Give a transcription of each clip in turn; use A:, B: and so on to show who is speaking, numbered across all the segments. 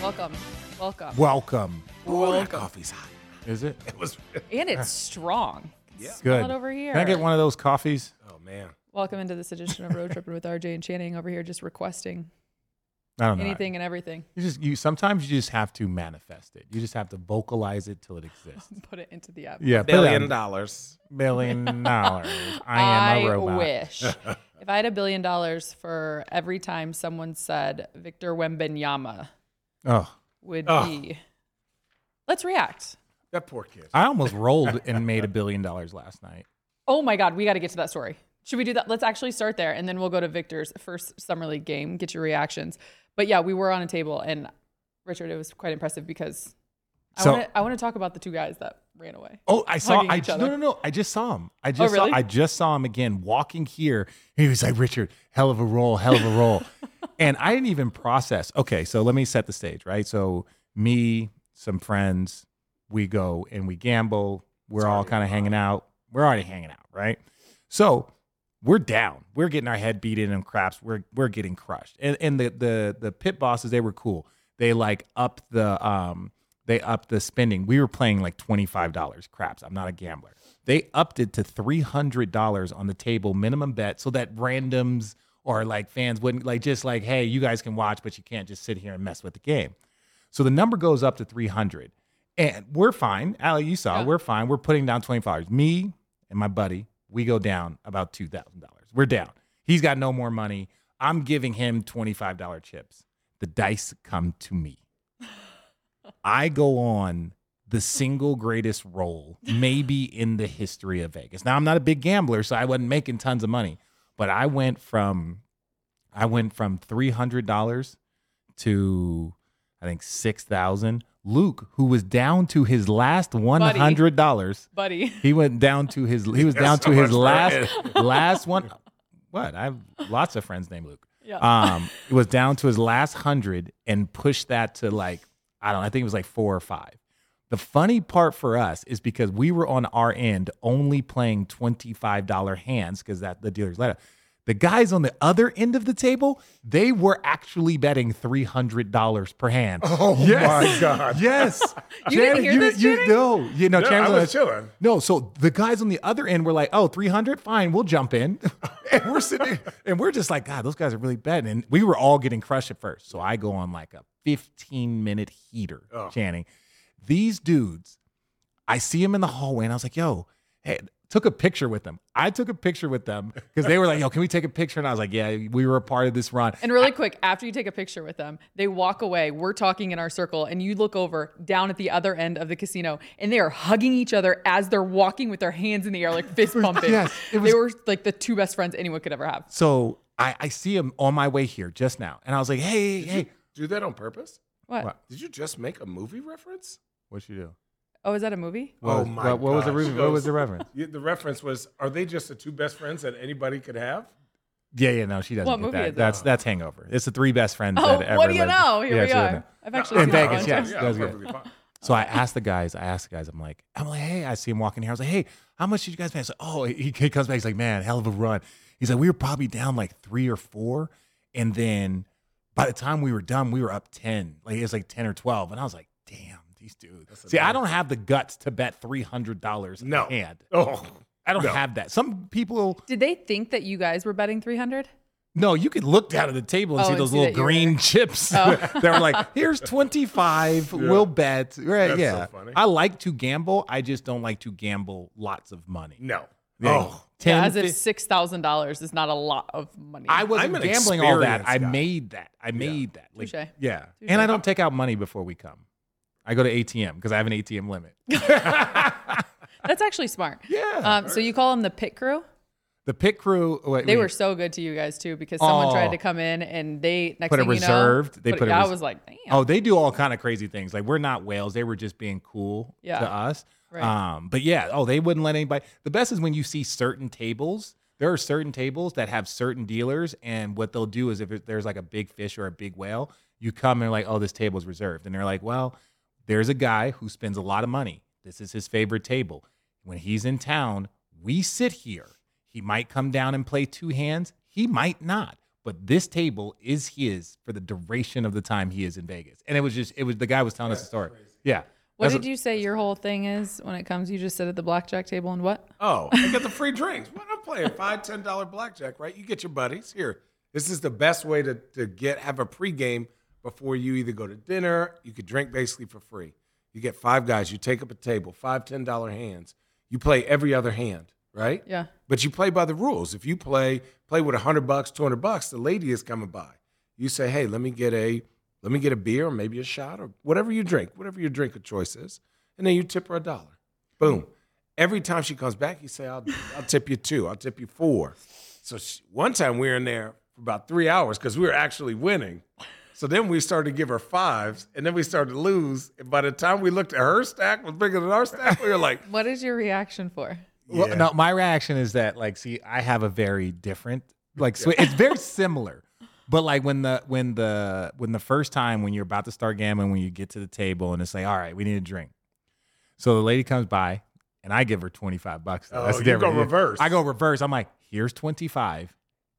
A: Welcome. Welcome.
B: Welcome.
A: Welcome.
B: Coffee's hot.
C: Is it?
B: It was.
A: And it's strong.
B: Yeah.
C: Good.
A: Not over here.
C: Can I get one of those coffees?
B: Oh man.
A: Welcome into this edition of Road Tripping with RJ and Channing over here, just requesting
C: I don't know.
A: anything and everything.
C: You just you sometimes you just have to manifest it. You just have to vocalize it till it exists.
A: Put it into the app.
C: Yeah, put it
B: Billion
C: out.
B: dollars.
C: billion dollars. I am a robot.
A: wish. if I had a billion dollars for every time someone said Victor Wembenyama
C: Oh,
A: would
B: Ugh.
A: be. Let's react.
B: That poor kid.
C: I almost rolled and made a billion dollars last night.
A: Oh my God, we got to get to that story. Should we do that? Let's actually start there and then we'll go to Victor's first Summer League game, get your reactions. But yeah, we were on a table and Richard, it was quite impressive because
C: So-
A: I want to I wanna talk about the two guys that ran away.
C: Oh, I saw.
A: Hugging
C: I
A: each
C: no,
A: other. Oh,
C: no, no. I just saw him. I just
A: really?
C: saw. I just saw him again walking here. He was like, Richard, hell of a roll, hell of a roll. and I didn't even process. Okay, so let me set the stage, right? So me, some friends, we go and we gamble. We're all kind of hanging out. We're already hanging out, right? So we're down. We're getting our head beat in and craps. We're we're getting crushed. And and the the the pit bosses, they were cool. They like up the um they upped the spending. We were playing like $25 craps. I'm not a gambler. They upped it to $300 on the table minimum bet so that randoms or like fans wouldn't like just like, "Hey, you guys can watch, but you can't just sit here and mess with the game." So the number goes up to 300. And we're fine. Ali, you saw,
A: Yeah.
C: we're fine. We're putting down $25. Me and my buddy, we go down about $2,000. We're down. He's got no more money. I'm giving him $25 chips. The dice come to me. I go on the single greatest roll, maybe in the history of Vegas. Now, I'm not a big gambler, so I wasn't making tons of money, but I went from I went from three hundred dollars to I think six thousand. Luke, who was down to his last one hundred dollars,
A: Buddy,
C: he went down to his he was down
B: That's
C: to
B: so
C: his
B: much
C: last last one. What I have lots of friends named Luke
A: yeah.
C: um, it was down to his last hundred and pushed that to like I don't know, I think it was like four or five. The funny part for us is because we were on our end only playing twenty five dollar hands because that the dealer's letter. The guys on the other end of the table, they were actually betting three hundred dollars per hand.
B: Oh my god.
C: Yes,
A: You didn't
C: Janet,
A: hear
C: you,
A: this,
C: you
A: Janet?
C: know, you know,
B: No,
C: Janet's
B: I
C: like-
B: was chilling.
C: no, so the guys on the other end were like, "Oh, 300? Fine, we'll jump in." and we're sitting and we're just like, "God, those guys are really betting." And we were all getting crushed at first. So I go on like a 15-minute heater,
B: Oh.
C: Channing. These dudes, I see them in the hallway and I was like, "Yo, hey, took a picture with them." I took a picture with them because they were like, "Yo, can we take a picture?" And I was like, "Yeah, we were a part of this run."
A: and really quick, after you take a picture with them, they walk away. We're talking in our circle, and you look over down at the other end of the casino, and they are hugging each other as they're walking with their hands in the air, like fist pumping.
C: Yes, it was-
A: they were like the two best friends anyone could ever have.
C: So I, I see him on my way here just now, and I was like, "Hey, hey, hey.
B: Do that on purpose?
A: What?
C: What?
B: Did you just make a movie reference?
C: what you do?"
A: Oh, is that a movie?
B: Oh
C: What was-
B: my
C: What, what was the
B: gosh.
C: reason? What was the reference?
B: Yeah, the reference was: Are they just the two best friends that anybody could have?
C: Yeah, yeah, no, she doesn't.
A: What
C: get
A: movie
C: that.
A: is it?
C: That's that's Hangover. It's the three best friends.
A: Oh,
C: that ever
A: what do you
C: lived.
A: know? Here
C: Yeah,
A: we
C: she doesn't
A: are.
C: know.
A: I've actually
C: In
A: seen that
C: Vegas,
A: one.
C: yes.
A: too.
B: Yeah,
C: that was good.
B: perfectly fine.
C: So I asked the guys. I asked the guys. I'm like, I'm like, hey, I see him walking here. I was like, hey, how much did you guys pay? I said, oh, he, he comes back. He's like, man, hell of a run. He's like, we were probably down like three or four, and then by the time we were done, we were up ten. Like it was like ten or twelve, and I was like, damn, these dudes. See, I don't have the guts to bet three hundred dollars
B: No.
C: a hand.
B: Oh,
C: I don't
B: No.
C: have that. Some people,
A: Did they think that you guys were betting 300?
C: no, you could look down at the table and
A: Oh,
C: see
A: and
C: those
A: see
C: little
A: that you were-
C: green chips.
A: Oh.
C: they were like, here's 25, we'll bet. Right,
B: That's so
C: yeah.
B: funny.
C: I like to gamble. I just don't like to gamble lots of money.
B: no.
C: Yeah.
B: Oh,
C: 10,
A: yeah, as if
C: fif-
A: $6,000 is not a lot of money.
C: I wasn't
B: I'm an
C: gambling all that.
B: experienced
C: I
B: guy.
C: made that. I made that. Like,
A: Touche.
C: Yeah. And I don't take out money before we come. I go to ATM because I have an ATM limit.
A: That's actually smart.
C: Yeah.
A: Um, so you call them the pit crew?
C: the pit crew, wait,
A: They
C: wait.
A: were so good to you guys too because someone tried
C: Oh.
A: to come in and they next
C: Put it
A: thing you know,
C: reserved. They put it
A: yeah, I
C: res-
A: was like, damn.
C: Oh, they do all kind of crazy things. Like we're not whales; they were just being cool
A: Yeah.
C: to us.
A: Right.
C: Um, but yeah, oh, they wouldn't let anybody. The best is when you see certain tables. There are certain tables that have certain dealers, and what they'll do is if it- there's like a big fish or a big whale, you come and they're like, "Oh, this table's reserved," and they're like, "Well, there's a guy who spends a lot of money. This is his favorite table. When he's in town, we sit here. He might come down and play two hands. He might not. but this table is his for the duration of the time he is in Vegas. And it was just, it was the guy was telling us the story. Yeah.
A: What
C: That's
A: did you say your whole thing is when it comes? You just sit at the blackjack table and what?
B: Oh, I get the free drinks. What I'm playing five, ten dollar blackjack, right? You get your buddies here. This is the best way to to get have a pregame before you either go to dinner. You could drink basically for free. You get five guys. You take up a table. Five, ten dollar hands. You play every other hand, right?
A: Yeah.
B: But you play by the rules. If you play play with a hundred bucks, two hundred bucks, the lady is coming by. You say, "Hey, let me get a let me get a beer or maybe a shot or whatever you drink, whatever your drink of choice is," and then you tip her a dollar. Boom. Every time she comes back, you say, "I'll I'll tip you two. I'll tip you four. So she, one time we were in there for about three hours because we were actually winning. So then we started to give her fives, and then we started to lose. And by the time we looked at her stack was bigger than our stack, we were like,
A: What is your reaction for?
C: Well, no, my reaction is that like, see, I have a very different like. swi- it's very similar, but like when the when the when the first time when you're about to start gambling, when you get to the table and it's like, all right, we need a drink. So the lady comes by and I give her twenty five bucks.
B: Oh,
C: the
B: you go
C: difference.
B: reverse.
C: I go reverse. I'm like, here's twenty five.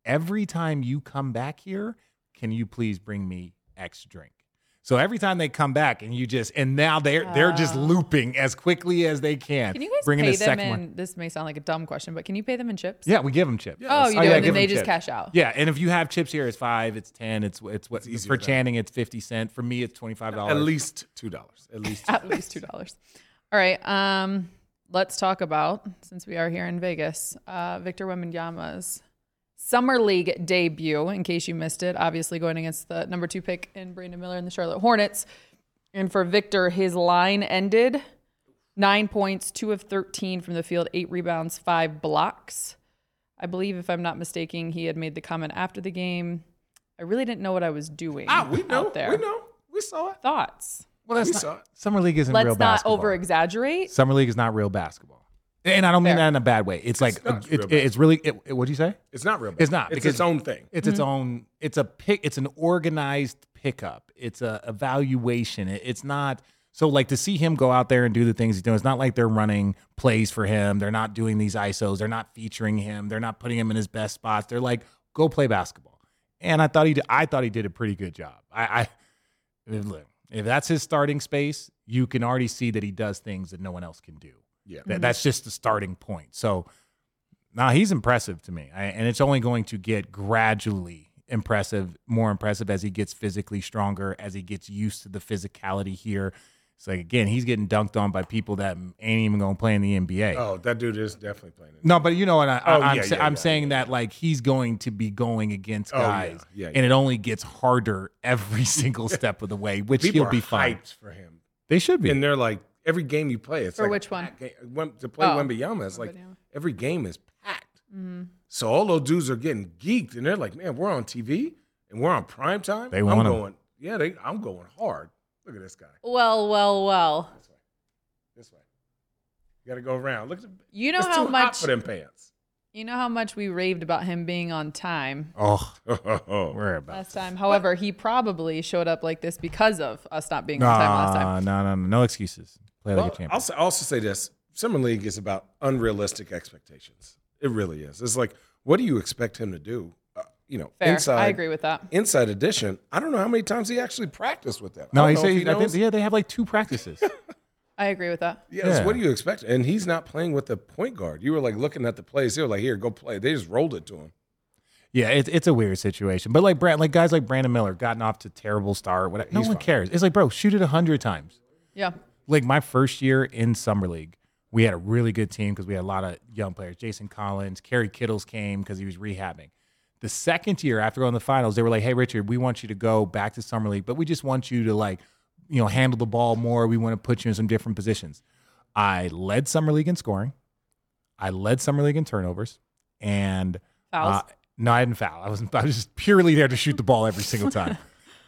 C: Every time you come back here, can you please bring me X drink? So every time they come back and you just and now they're they're just
A: Oh.
C: looping as quickly as they can.
A: Can you guys
C: bringing
A: pay
C: the
A: them
C: second
A: in?
C: one.
A: This may sound like a dumb question, but can you pay them in chips?
C: Yeah, we give them chips.
A: Oh, you do,
C: yeah,
A: and then
C: give
A: they
C: them
A: just
C: chips.
A: cash out.
C: Yeah, and if you have chips here, it's five, it's ten, it's it's what
B: easier
C: for
B: than-
C: Channing, it's fifty cent. For me, it's twenty five dollars.
B: at least two dollars, at least. $2.
A: At least two dollars. All right. Um, let's talk about since we are here in Vegas, uh, Victor Wembanyama's summer league debut. In case you missed it, obviously going against the number two pick in Brandon Miller and the Charlotte Hornets. And for Victor, his line ended nine points, two of thirteen from the field, eight rebounds, five blocks. I believe, if I'm not mistaken, he had made the comment after the game. I really didn't know what I was doing
B: Ah, we know.
A: out there.
B: We know. We saw it.
A: Thoughts?
C: well, that's
B: we
C: not,
B: saw it.
C: summer league isn't real
A: Let's not
C: basketball.
A: over exaggerate.
C: summer league is not real basketball, and I don't mean
A: Fair.
C: that in a bad way. It's, like
B: not
C: it-
B: real
C: it- it's really. It, it- what'd you say?
B: It's not real.
C: It's not,
B: It's
C: because-
B: its own thing.
C: It's its own. It's a pick. It's an organized pickup. It's a evaluation. It- it's not. So like to see him go out there and do the things he's doing. It's not like they're running plays for him. They're not doing these isos. They're not featuring him. They're not putting him in his best spots. They're like, go play basketball. And I thought he. Did, I thought he did a pretty good job. I. I if- look, if that's his starting space, you can already see that he does things that no one else can do.
B: Yeah.
C: That, that's just the starting point. So now he's impressive to me, I, and it's only going to get gradually impressive, more impressive as he gets physically stronger, as he gets used to the physicality here. It's like again, he's getting dunked on by people that ain't even going to play in the NBA.
B: Oh, that dude is definitely playing it.
C: No, but you know what? I,
B: Oh,
C: I, am
B: yeah,
C: sa-
B: yeah,
C: I'm
B: yeah, Oh,
C: saying that like he's going to be going against
B: yeah,
C: guys,
B: yeah, yeah.
C: and it only gets harder every single step of the way, which
B: People
C: he'll
B: are
C: be fine.
B: hyped for him,
C: They should be.
B: and they're like every game you play. It's
A: For
B: like a
A: which one?
B: packed game. When- to play
A: Oh. Mm-hmm.
B: Wembyama, it's like
A: Wembanyama.
B: every game is packed. So all those dudes are getting geeked, and they're like, "Man, we're on TV and we're on prime time.
C: They
B: I'm
C: want 'em.
B: going, yeah, they, I'm going hard. Look at this guy
A: Well, well, well.
B: this way. You got to go around. Look at the,
A: You know
B: it's
A: how
B: too hot
A: much
B: for them pants.
A: you know how much we raved about him being on time
C: oh,
B: oh,
C: we're about
A: last time. However, he probably showed up like this because of us not being on time last time.
C: No, no, no, no excuses. Play like a
B: Well,
C: champion.
B: I'll s- I'll also say this: summer league is about unrealistic expectations. It really is. It's like, what do you expect him to do? Uh, you know,
A: Fair.
B: inside.
A: I agree with that.
B: Inside edition. I don't know how many times he actually practiced with them.
C: no,
B: I
C: he
B: don't know
C: said
B: if
C: he I think,
B: knows.
C: yeah, they have like two practices.
A: I agree with that.
B: Yes,
C: Yeah.
B: what do you expect? And he's not playing with the point guard. You were like looking at the plays. They were like, here, go play. They just rolled it to him.
C: yeah, it's it's a weird situation. But like Brand, like guys like Brandon Miller gotten off to terrible start. Whatever. No one cares. It's like, bro, shoot it a hundred times.
A: Yeah.
C: Like my first year in summer league, we had a really good team because we had a lot of young players. Jason Collins, Kerry Kittles came because he was rehabbing. The second year after going to the finals, they were like, "Hey, Richard, we want you to go back to summer league, but we just want you to like, you know, handle the ball more. We want to put you in some different positions." I led summer league in scoring. I led summer league in turnovers, and
A: Fouls?
C: uh, no, I didn't foul. I was I was just purely there to shoot the ball every single time.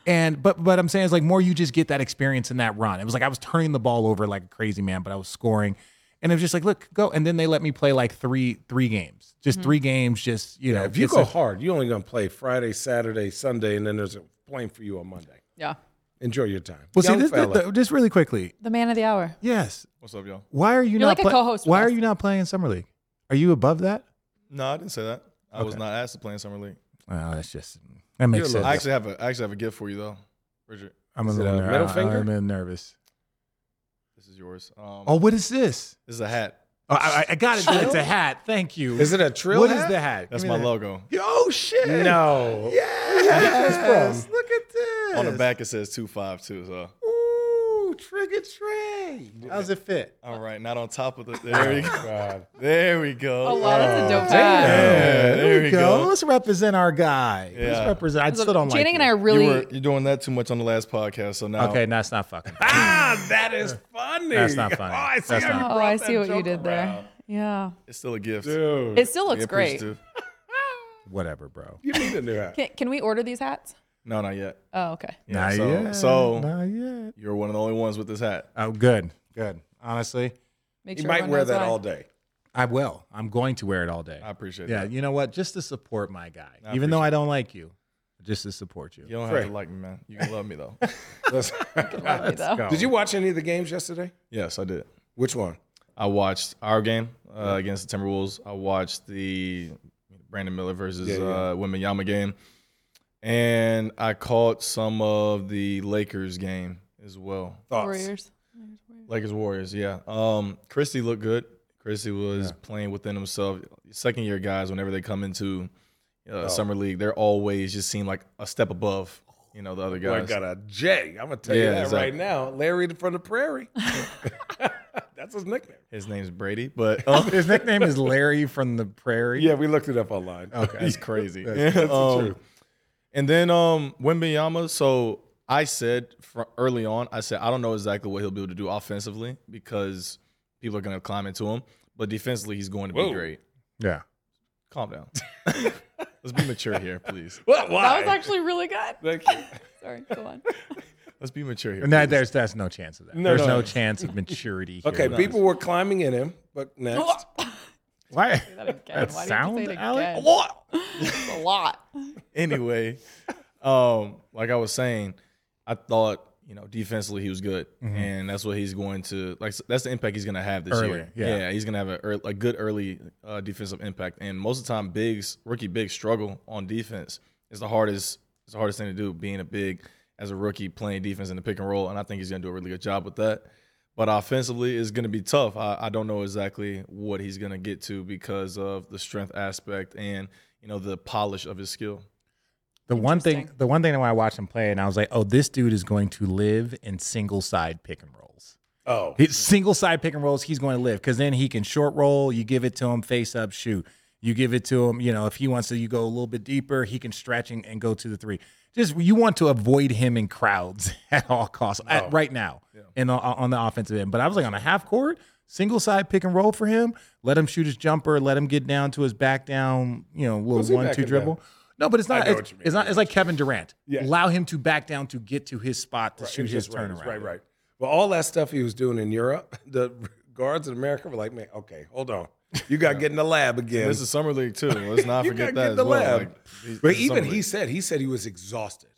C: and but but I'm saying it's like more you just get that experience in that run. It was like I was turning the ball over like a crazy man, but I was scoring. And it was just like, look, go. And then they let me play like three three games, just
A: Mm-hmm.
C: three games, just you know.
B: If you
C: just
B: go
C: a-
B: hard, you're only going to play Friday, Saturday, Sunday, and then there's a plane for you on Monday.
A: Yeah.
B: Enjoy your time.
C: well, see
B: Young
C: this,
B: fella.
C: th- th- just really quickly.
A: The man of the hour.
C: Yes.
D: What's up, y'all?
C: Why are you not
A: like a
C: play-
A: co-host with
C: Why are
A: us.
C: you not playing summer league? Are you above that?
D: No, I didn't say that. I was not asked to play in summer league.
C: Well, that's just that makes
B: You're a
C: sense.
B: little-
D: I actually have a I actually have a gift for you though, Richard.
C: I'm a
B: Is it
C: little
B: a
C: ner-
B: middle
C: I-
B: finger?
C: I'm a little nervous.
D: This is yours. Um,
C: Oh, what is this?
D: this is a hat.
C: Oh, I, I- I got it. It's a hat. Thank you.
B: Is it a trill?
C: What
B: hat?
C: is the hat?
D: That's
C: Give
D: my
C: me that.
D: logo.
C: Oh shit!
B: No.
C: Yes.
B: Yes,
C: Look at this.
D: On the back it says two five two. So
C: Ooh, trick or trade. How's it fit?
D: all right, not on top of the. There we go.
B: God.
D: There we go.
A: Oh, wow, that's a dope
B: damn.
A: hat.
D: Yeah, there we go.
C: Let's represent our guy. Let's
D: Yeah.
C: represent. I still don't like.
A: Channing and I
C: you.
A: are
D: You
A: really
D: were you're doing that too much on the last podcast, so now
C: Okay, that's not fucking.
B: Ah, that is funny.
C: That's not funny.
B: Oh, I see
C: That's
B: how you
C: not-
A: Oh,
B: brought
A: I
B: that
A: see what you
B: joke
A: did
B: around.
A: there. Yeah.
D: it's still a gift.
B: Dude,
A: It still looks
D: Yeah,
A: great.
D: appreciative.
C: Whatever, bro.
B: you need a new hat.
A: Can, can we order these hats?
D: No, not yet.
A: Oh, okay.
D: Yeah,
C: Not
D: so,
C: yet.
D: so
C: Not yet.
D: you're one of the only ones with this hat.
C: Oh, good. Good. Honestly,
A: Make
B: You might
A: everyone
B: wear
A: knows
B: that
A: why.
B: all day.
C: I will. I'm going to wear it all day.
D: I appreciate
C: yeah.
D: that.
C: You know what? Just to support my guy,
D: I
C: even though I don't like you, just to support you.
D: You don't have
B: Great.
D: to like me, man. You can love me though.
B: Listen.
A: Love you, though.
B: Did you watch any of the games yesterday?
D: yes, I did.
B: Which one?
D: I watched our game uh, against the Timberwolves. I watched the Brandon Miller versus
B: Yeah, yeah.
D: uh, Wembanyama game, and I caught some of the Lakers game as well.
B: Thoughts?
A: Warriors.
D: Lakers Warriors, yeah. Um, Christy looked good. Christy was playing within himself. Second year guys, whenever they come into
B: Oh.
D: uh, summer league, they're always just seem like a step above, you know, the other
B: Boy,
D: guys.
B: got a J. I'm gonna tell you
D: Yeah,
B: that
D: exactly.
B: right now. Larry from the Prairie. That's his nickname.
D: His name's Brady, but um,
C: His nickname is Larry from the Prairie.
B: Yeah, we looked it up online.
C: Okay.
D: He's crazy.
B: That's- that's the
D: Um,
B: truth.
D: And then um Wembenyama, so I said fr early on, I said I don't know exactly what he'll be able to do offensively because people are going to climb into him, but defensively he's going to
B: Whoa.
D: be great.
C: Yeah.
D: Calm down. Let's be mature here, please.
B: What?
A: That
B: Why?
A: was actually really good.
B: Thank you.
A: Sorry, go on.
D: Let's be mature here.
C: And that,
D: please.
C: there's that's no chance of that.
B: No,
C: there's
B: no.
C: no. chance of maturity. Here.
B: Okay, people were climbing in him, but next.
C: Why?
A: That again.
C: That
A: Why
C: sound,
A: do you have to say it
C: Alec?
A: again? It's a lot.
D: anyway, um, like I was saying, I thought you know defensively he was good, and that's what he's going to like. That's the impact he's going to have this
C: Early,
D: year.
C: yeah.
D: he's going to have a, ear- a good early uh, defensive impact, and most of the time, bigs rookie bigs struggle on defense. It's the hardest. It's the hardest thing to do being a big as a rookie playing defense in the pick and roll, and I think he's going to do a really good job with that. But offensively, it's going to be tough. I, I don't know exactly what he's going to get to because of the strength aspect and you know the polish of his skill.
C: The one thing, the one thing that when I watched him play, and I was like, oh, this dude is going to live in single side pick and rolls.
B: Oh,
C: His single side pick and rolls, he's going to live because then he can short roll. You give it to him, face up, shoot. You give it to him, you know, if he wants to, you go a little bit deeper, he can stretch and, and go to the three. Just you want to avoid him in crowds at all costs at- right now and on, on the offensive end. But I was like on a half court, single side pick and roll for him. Let him shoot his jumper. Let him get down to his back down, you know, little
B: Was he
C: one two
B: backing
C: dribble. No, but it's not.
B: know
C: It's,
B: what you mean.
C: it's not. It's like Kevin Durant.
B: Yeah.
C: Allow him to back down to get to his spot to shoot
B: It
C: his
B: just rains.
C: turnaround.
B: Right, right. Well, all that stuff he was doing in Europe, the guards in America were like, man, okay, hold on. You got to get in the lab again.
D: This is summer league too. Let's not
B: you
D: forget
B: gotta get
D: that
B: the
D: as well.
B: lab.
D: Like, these-
B: but
D: this is
B: even
D: summer
B: he
D: league.
B: said, he said he was exhausted.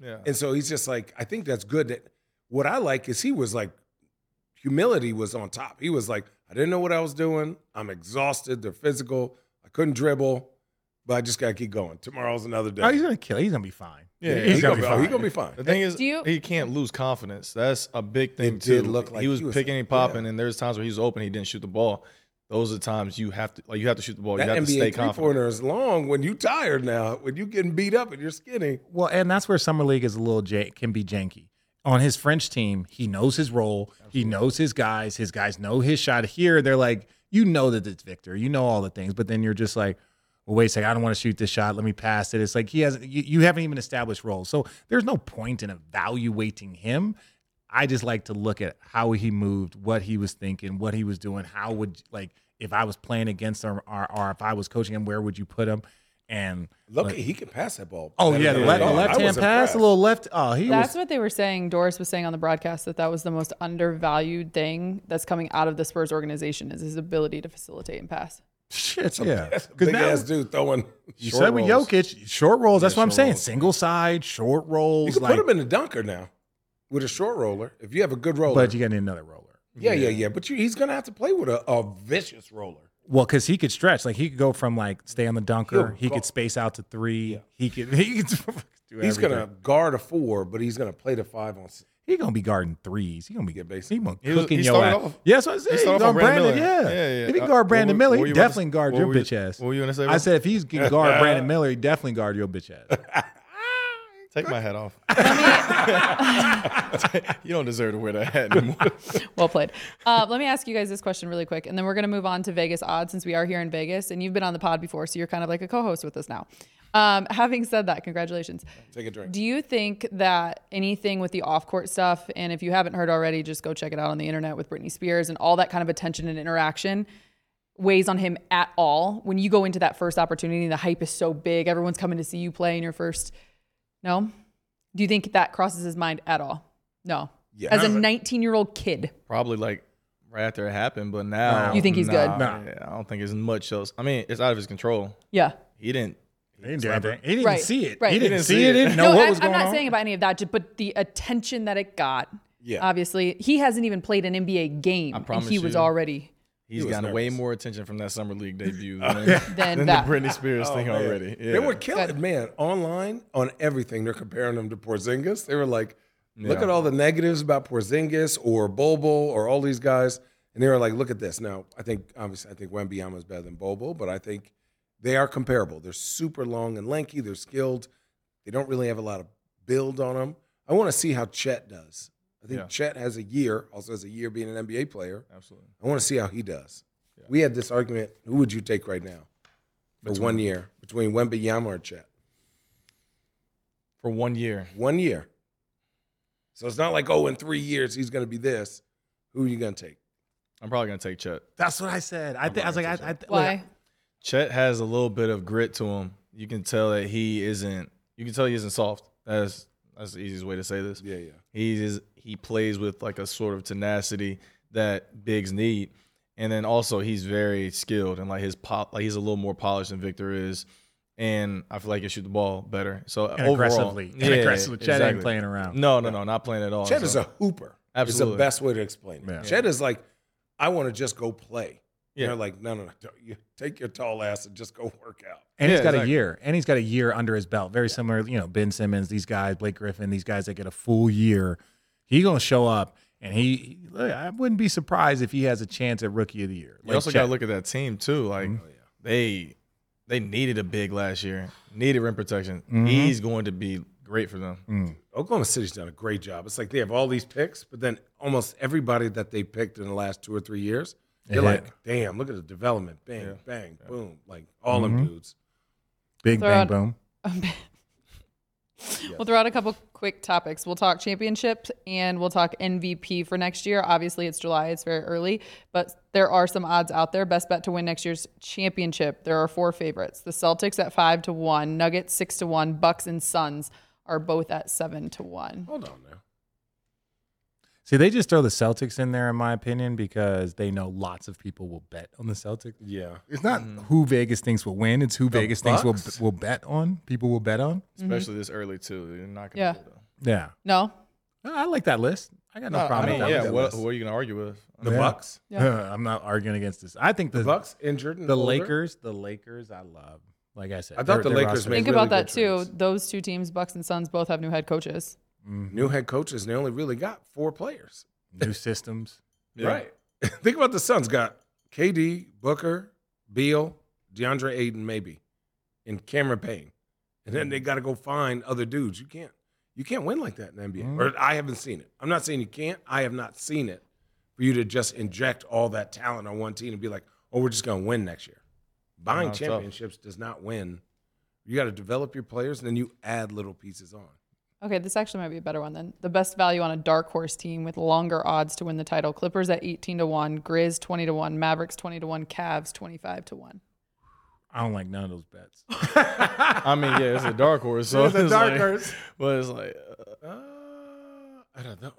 D: yeah,
B: And so he's just like, I think that's good. That what I like is he was like, humility was on top. He was like, I didn't know what I was doing. I'm exhausted. They're physical. I couldn't dribble, but I just got to keep going. Tomorrow's another day.
C: Oh, he's gonna kill. He's gonna be fine.
D: Yeah,
C: he's, gonna, be
B: oh,
C: fine.
B: he gonna be fine.
D: the thing is,
A: Do you-
D: he can't lose confidence. That's a big thing
B: It
D: too.
B: did look like
D: he was,
B: he was-
D: picking and popping, and there's times where he was open, he didn't shoot the ball. Those are times you have to like you have to shoot the ball. you
B: That
D: have to stay
B: NBA three
D: confident.
B: pointer is long when you tired now, when you getting beat up and you're skinny.
C: Well, and that's where summer league is a little jan- can be janky. On his French team, he knows his role. He knows his guys. His guys know his shot. Here, they're like, you know that it's Victor. You know all the things, but then you're just like, well, wait a second. I don't want to shoot this shot. Let me pass it. It's like he hasn't. You, you haven't even established roles, so there's no point in evaluating him. I just like to look at how he moved, what he was thinking, what he was doing. How would like if I was playing against him or, or if I was coaching him, where would you put him? And
B: Look, he can pass that ball.
C: Oh
B: better
C: yeah, the,
B: than
C: left,
B: I
C: the
B: thought. I
C: left hand pass,
B: was impressed.
C: a little left. Oh, he
A: That's
C: was.
A: what they were saying. Doris was saying on the broadcast that that was the most undervalued thing that's coming out of the Spurs organization is his ability to facilitate and pass.
C: Shit, yeah. Because
B: Big
C: now
B: ass dude throwing.
C: you
D: Short
C: said with
D: rolls.
C: Jokic, short rolls. That's
D: Yeah,
C: what I'm
D: short
C: saying.
D: rolls.
C: Single side, short rolls.
B: You can
C: like,
B: put him in the dunker now with a short roller. If you have a good roller,
C: but you got another roller.
B: yeah, yeah, yeah. But you, he's gonna have to play with a, a vicious roller.
C: Well, because he could stretch, like he could go from like stay on the dunker,
B: He'll
C: he
B: go-
C: could space out to three, he could he could do
B: He's
C: everything.
B: gonna guard a four, but he's gonna play the five on. s-
C: he gonna be guarding threes. He gonna be basically he
B: basically.
C: gonna
D: He was-
C: cooking
D: he
C: your
D: started
C: ass.
D: off-
C: Yeah, that's what I said.
D: He
C: He
D: started off
C: guard
D: on Brandon
C: Brandon,
D: Miller.
C: yeah.
D: Yeah, yeah.
C: If he
D: Uh,
C: can
D: what
C: guard Brandon
D: were-
C: Miller,
D: what
C: he
D: were you about to-
C: definitely guard
D: what
C: your
D: were you-
C: bitch ass.
D: What were you gonna say?
C: I
D: bro?
C: said if he's can guard Brandon Miller, he definitely guard your bitch ass.
D: take my hat off. you don't deserve to wear that hat anymore.
A: Well played. Uh, let me ask you guys this question really quick, and then we're going to move on to Vegas odds since we are here in Vegas, and you've been on the pod before, so you're kind of like a co-host with us now. Um, having said that, congratulations.
B: Take a drink.
A: Do you think that anything with the off-court stuff, and if you haven't heard already, just go check it out on the internet with Britney Spears and all that kind of attention and interaction weighs on him at all when you go into that first opportunity? The hype is so big; everyone's coming to see you play in your first. No, do you think that crosses his mind at all? No.
B: Yeah.
A: As a 19-year-old kid.
D: Probably like right after it happened, but now
C: You
A: think he's
D: nah,
A: good?
C: Nah.
D: yeah, I don't think there's much else. I mean, it's out of his control.
A: Yeah.
D: He didn't.
C: He didn't do anything. He didn't
A: Right,
C: see it.
A: right.
C: He didn't see it. He didn't know
A: no,
C: what
A: I'm,
C: was going
A: I'm not
C: on.
A: saying about any of that, ju- but the attention that it got.
B: Yeah.
A: Obviously, he hasn't even played an NBA game. and
D: promise
A: he was
D: you.
A: already.
D: He's
B: was
D: gotten way
B: nervous.
D: more attention from that summer league debut than,
A: Than
D: than the
A: that.
D: Britney Spears
C: Oh,
D: thing
B: Oh, Man,
D: already. Yeah.
B: They were killing man online on everything. They're comparing him to Porzingis. They were like, look
D: Yeah.
B: at all the negatives about Porzingis or Bobo or all these guys, and they were like, look at this. Now I think obviously I think Wembanyama is better than Bobo, but I think they are comparable. They're super long and lanky. They're skilled. They don't really have a lot of build on them. I want to see how Chet does. I think
D: Yeah.
B: Chet has a year, also has a year being an NBA player.
D: Absolutely.
B: I want to see how he does. We had this argument. Who would you take right now for one year between Wembyama or Chet?
D: For one year.
B: One year. So it's not like oh, in three years he's going to be this. Who are you going to take?
D: I'm probably gonna take Chet.
C: That's what I said. I think I was like, I, I, like,
A: Why?
D: Chet has a little bit of grit to him. You can tell that he isn't. You can tell he isn't soft. That's that's the easiest way to say this.
B: Yeah, yeah.
D: He is. He plays with like a sort of tenacity that bigs need, and then also he's very skilled and like his pop. Like he's a little more polished than Victor is, and I feel like he can shoot the ball better. So
C: and
D: overall,
C: aggressively, and
D: yeah,
C: aggressively. Chet ain't
D: exactly.
C: playing around.
D: No, no, no, not playing at all.
B: Chet
D: So,
B: is a hooper. Is
D: Absolutely.
B: the best way to explain it. Chet is like, I want to just go play.
D: Yeah.
B: Yeah. They're like, no, no, no. don't- You take your tall ass and just go work out.
C: And he's
D: Yeah,
C: got a
D: exactly.
C: year, and he's got a year under his belt. Very similar, you know, Ben Simmons, these guys, Blake Griffin, these guys that get a full year. He gonna show up, and he. look, I wouldn't be surprised if he has a chance at Rookie of the Year.
D: You also
C: Chet.
D: got to look at that team too. Like
C: Mm-hmm.
B: Oh,
D: they they needed a big last year, needed rim protection.
C: Mm-hmm.
D: He's going to be great for them.
B: Oklahoma City's done a great job. It's like they have all these picks, but then almost everybody that they picked in the last two or three years,
C: Yeah.
B: they're like, damn, look at the development. Bang, bang, boom. Like all
C: Mm-hmm.
B: them dudes.
C: Big
A: Throw
C: Bang
A: out-
C: Boom.
A: We'll throw out a couple quick topics. We'll talk championship and we'll talk MVP for next year. Obviously, it's July, it's very early, but there are some odds out there. Best bet to win next year's championship. There are four favorites the Celtics at five to one, Nuggets six to one, Bucks and Suns are both at seven to one.
B: Hold on now.
C: See, they just throw the Celtics in there, in my opinion, because they know lots of people will bet on the Celtics.
B: Yeah.
C: It's not Mm-hmm. who Vegas thinks will win; it's who Vegas thinks
B: Bucks?
C: will will bet on. People will bet on.
D: Especially this early too. You're not gonna
A: Yeah.
D: do that.
C: Yeah,
A: No?
C: I like that list. I got no,
D: I
C: problem with
D: don't-
C: that.
D: yeah,
C: list.
D: what, who are you gonna argue with?
B: The
C: Yeah.
B: Bucks.
C: I'm not arguing against this. I think the,
B: The Bucks injured. And
C: the
B: older.
C: Lakers, the Lakers, I love. Like I said,
B: I
C: their-
B: thought the
C: their
B: Lakers
C: roster-
B: made-
A: Think
B: really
A: about that
B: good
A: too.
B: trades.
A: Those two teams, Bucks and Suns, both have new head coaches.
B: New head coaches, and they only really got four players.
C: new systems.
D: Yeah.
B: Right. Think about the Suns got KD, Booker, Beal, DeAndre Ayton, maybe, and Cameron Payne. And then they
D: Mm.
B: got to go find other dudes. You can't. You can't win like that in the NBA.
D: Mm-hmm.
B: Or I haven't seen it. I'm not saying you can't. I have not seen it for you to just inject all that talent on one team and be like, "Oh, we're just going to win next year." Buying
D: No, it's tough.
B: championships does not win. You got to develop your players and then you add little pieces on.
A: Okay, this actually might be a better one then. The best value on a dark horse team with longer odds to win the title. Clippers at 18 to 1, Grizz 20 to 1, Mavericks 20 to 1, Cavs 25 to 1.
C: I don't like none of those bets.
D: I mean, yeah, it's a dark horse. So
B: It's a dark
D: like,
B: horse.
D: But it's like uh,
B: Uh, I don't know.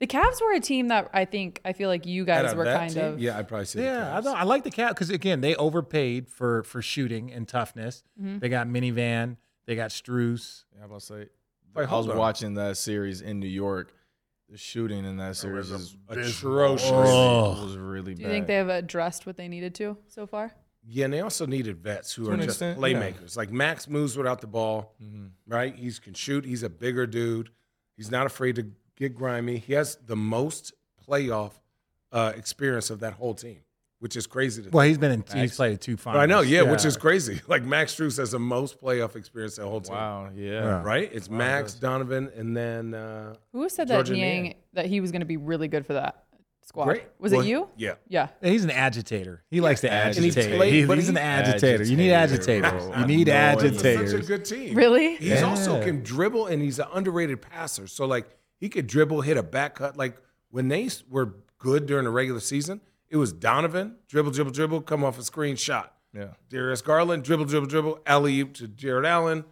A: The Cavs were a team that I think I feel like you guys
B: Out
A: were
B: that
A: kind
B: team?
A: of
B: Yeah, I'd probably say. the
C: Yeah, I,
B: Cavs.
C: don't, I like the cat because again, they overpaid for for shooting and toughness.
A: Mm-hmm.
C: They got minivan, they got Struess.
D: yeah, I'm about to say.
B: Wait,
D: I was
B: hold on.
D: watching that series in New York. the shooting in that series
B: was
D: is
B: atrocious.
D: really-
C: Ugh.
D: was really
A: Do
D: bad.
A: you think they have addressed what they needed to so far?
B: Yeah, and they also needed vets who
D: To
B: are
D: an
B: just
D: extent, yeah. Mm-hmm.
B: playmakers. Like Max moves without the ball, right? He can shoot. He's a bigger dude. He's not afraid to get grimy. He has the most playoff uh, experience of that whole team, which is crazy to
C: Well, he's been in. He's played two finals.
B: I know, yeah, which is crazy. Like Max Struess has the most playoff experience that whole team,
D: wow, yeah.
C: Yeah.
B: right? It's Max Donovan, and then uh,
A: Who said
B: Georgia
A: that Niang
B: Niang.
A: that he was going to be really good for that squad?
B: great.
A: Was
B: Well,
A: it you?
B: Yeah,
A: Yeah.
C: He's an agitator. He likes to
D: and he
C: agitate.
B: played-
C: He-
B: but
C: he's
B: he-
C: an agitator. You need
D: Agitator,
C: agitators.
D: bro.
C: You need
D: I know it.
B: It's a- such a
C: agitators.
B: good team.
A: Really?
B: He's also can dribble and he's an underrated passer. So like he could dribble, hit a back cut. Like when they s- were good during the regular season, it was Donovan dribble, dribble, dribble, come off a screen shot.
D: Yeah.
B: Darius Garland dribble, dribble, dribble, alley oop to Jared Allen.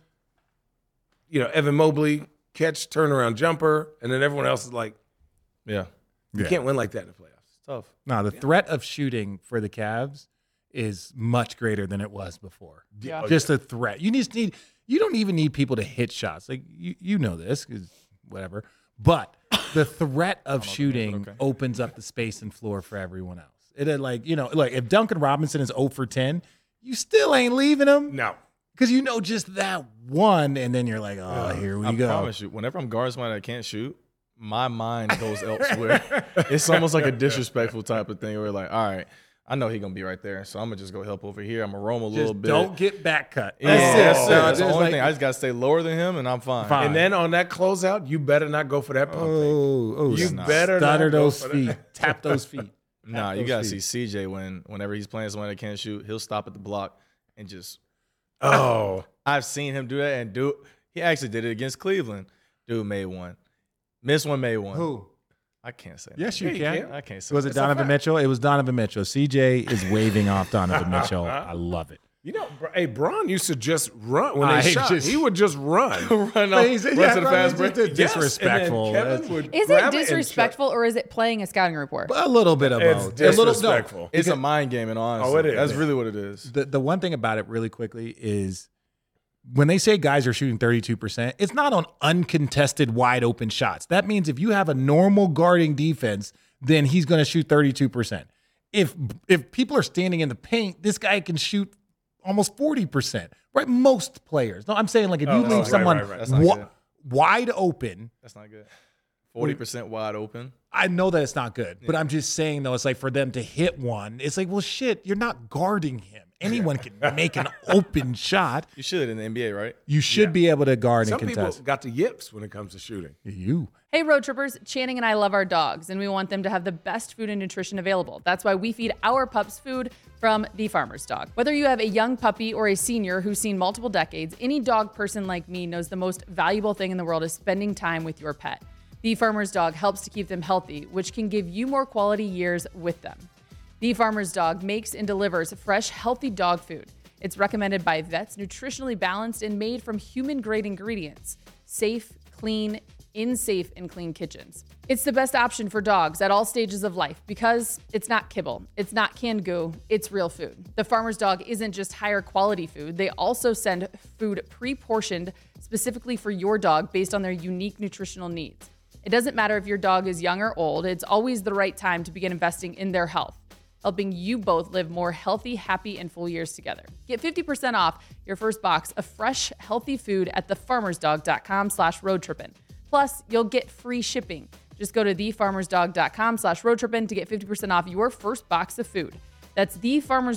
B: You know Evan Mobley catch, turnaround jumper, and then everyone else is like,
D: Yeah.
B: you can't win like that in the playoffs.
D: It's tough.
C: No, the threat of shooting for the Cavs is much greater than it was before.
A: Yeah.
C: Just the threat. You just need. You don't even need people to hit shots. Like you, you know this because whatever. But the threat of shooting opens up the space and floor for everyone else. It had like you know like if Duncan Robinson is 0 for 10, you still ain't leaving him
B: No,
C: because you know just that one, and then you're like, oh, here we
D: I
C: go.
D: promise you, whenever I'm guarding somebody that can't shoot, my mind goes elsewhere. It's almost like a disrespectful type of thing where like, all right, I know he gonna be right there, so I'm gonna just go help over here. I'm gonna roam a little
C: Just
D: bit.
C: don't get back cut.
D: yeah, that's,
B: it. No,
D: it. That's the
C: Just
D: only
C: like-
D: thing. I just gotta stay lower than him, and I'm fine.
C: Fine.
B: and then on that closeout, you better not go for that pump. fake.
C: Oh, oh,
B: You
C: snap.
B: better not
C: stutter
B: go
C: those
B: for
C: feet.
B: that.
C: Tap those feet.
D: Nah, you
C: those
D: gotta
C: feet.
D: see CJ when whenever he's playing somebody that can't shoot, he'll stop at the block and just.
B: Oh,
D: I've seen him do that and do. He actually did it against Cleveland. Dude made one, missed one, made one.
C: Who?
D: I can't say.
C: Yes, you
B: Yeah, you
C: can.
B: can.
D: that. I can't say.
C: Was it
D: that.
C: Donovan Mitchell? It was Donovan Mitchell. CJ is waving off Donovan Mitchell. I love it.
B: you know, Br- hey, Braun used to just run when they
C: I
B: shot.
C: just-
B: he would just run.
D: run off,
C: He's-
D: run
C: yeah,
D: to the
C: right,
D: fast
C: he's
D: break.
C: just
B: Yes, and then
C: Disrespectful.
B: Kevin
C: That's-
B: would
A: Is
B: grab
A: it
B: and chuck-
A: disrespectful or is it playing a scouting report?
C: a little bit of
B: It's
C: both. A little- no.
B: disrespectful.
D: It's a mind game, and honestly,
B: Oh, it is.
D: That's really what it is.
C: the, the one thing about it really quickly is when they say guys are shooting 32%, it's not on uncontested wide open shots. That means if you have a normal guarding defense, then he's going to shoot 32%. If if people are standing in the paint, this guy can shoot almost 40%. Right? Most players. No, I'm saying like if you
B: Oh,
C: leave
B: right,
C: someone
B: right, right.
D: That's not
C: wi-
D: good.
C: wide open,
D: That's not good. Forty percent wide open.
C: I know that it's not good, but I'm just saying though, it's like for them to hit one, it's like, well, shit, you're not guarding him. Anyone can make an open shot.
D: You should in the NBA, right?
C: You should be able to guard
B: Some
C: and
B: people
C: contest.
B: got the yips when it comes to shooting.
C: you.
A: Hey, road trippers, Channing and I love our dogs, and we want them to have the best food and nutrition available. That's why we feed our pups food from the farmer's dog. Whether you have a young puppy or a senior who's seen multiple decades, any dog person like me knows the most valuable thing in the world is spending time with your pet. The farmer's dog helps to keep them healthy, which can give you more quality years with them. The Farmer's Dog makes and delivers fresh, healthy dog food. It's recommended by vets, nutritionally balanced, and made from human grade ingredients. Safe, clean, in safe and clean kitchens. It's the best option for dogs at all stages of life because it's not kibble, it's not canned goo, it's real food. The Farmer's Dog isn't just higher quality food, they also send food pre portioned specifically for your dog based on their unique nutritional needs. It doesn't matter if your dog is young or old, it's always the right time to begin investing in their health helping you both live more healthy, happy, and full years together. Get 50% off your first box of fresh, healthy food at thefarmersdog.com slash roadtrippin. Plus, you'll get free shipping. Just go to thefarmersdog.com slash roadtrippin to get 50% off your first box of food. That's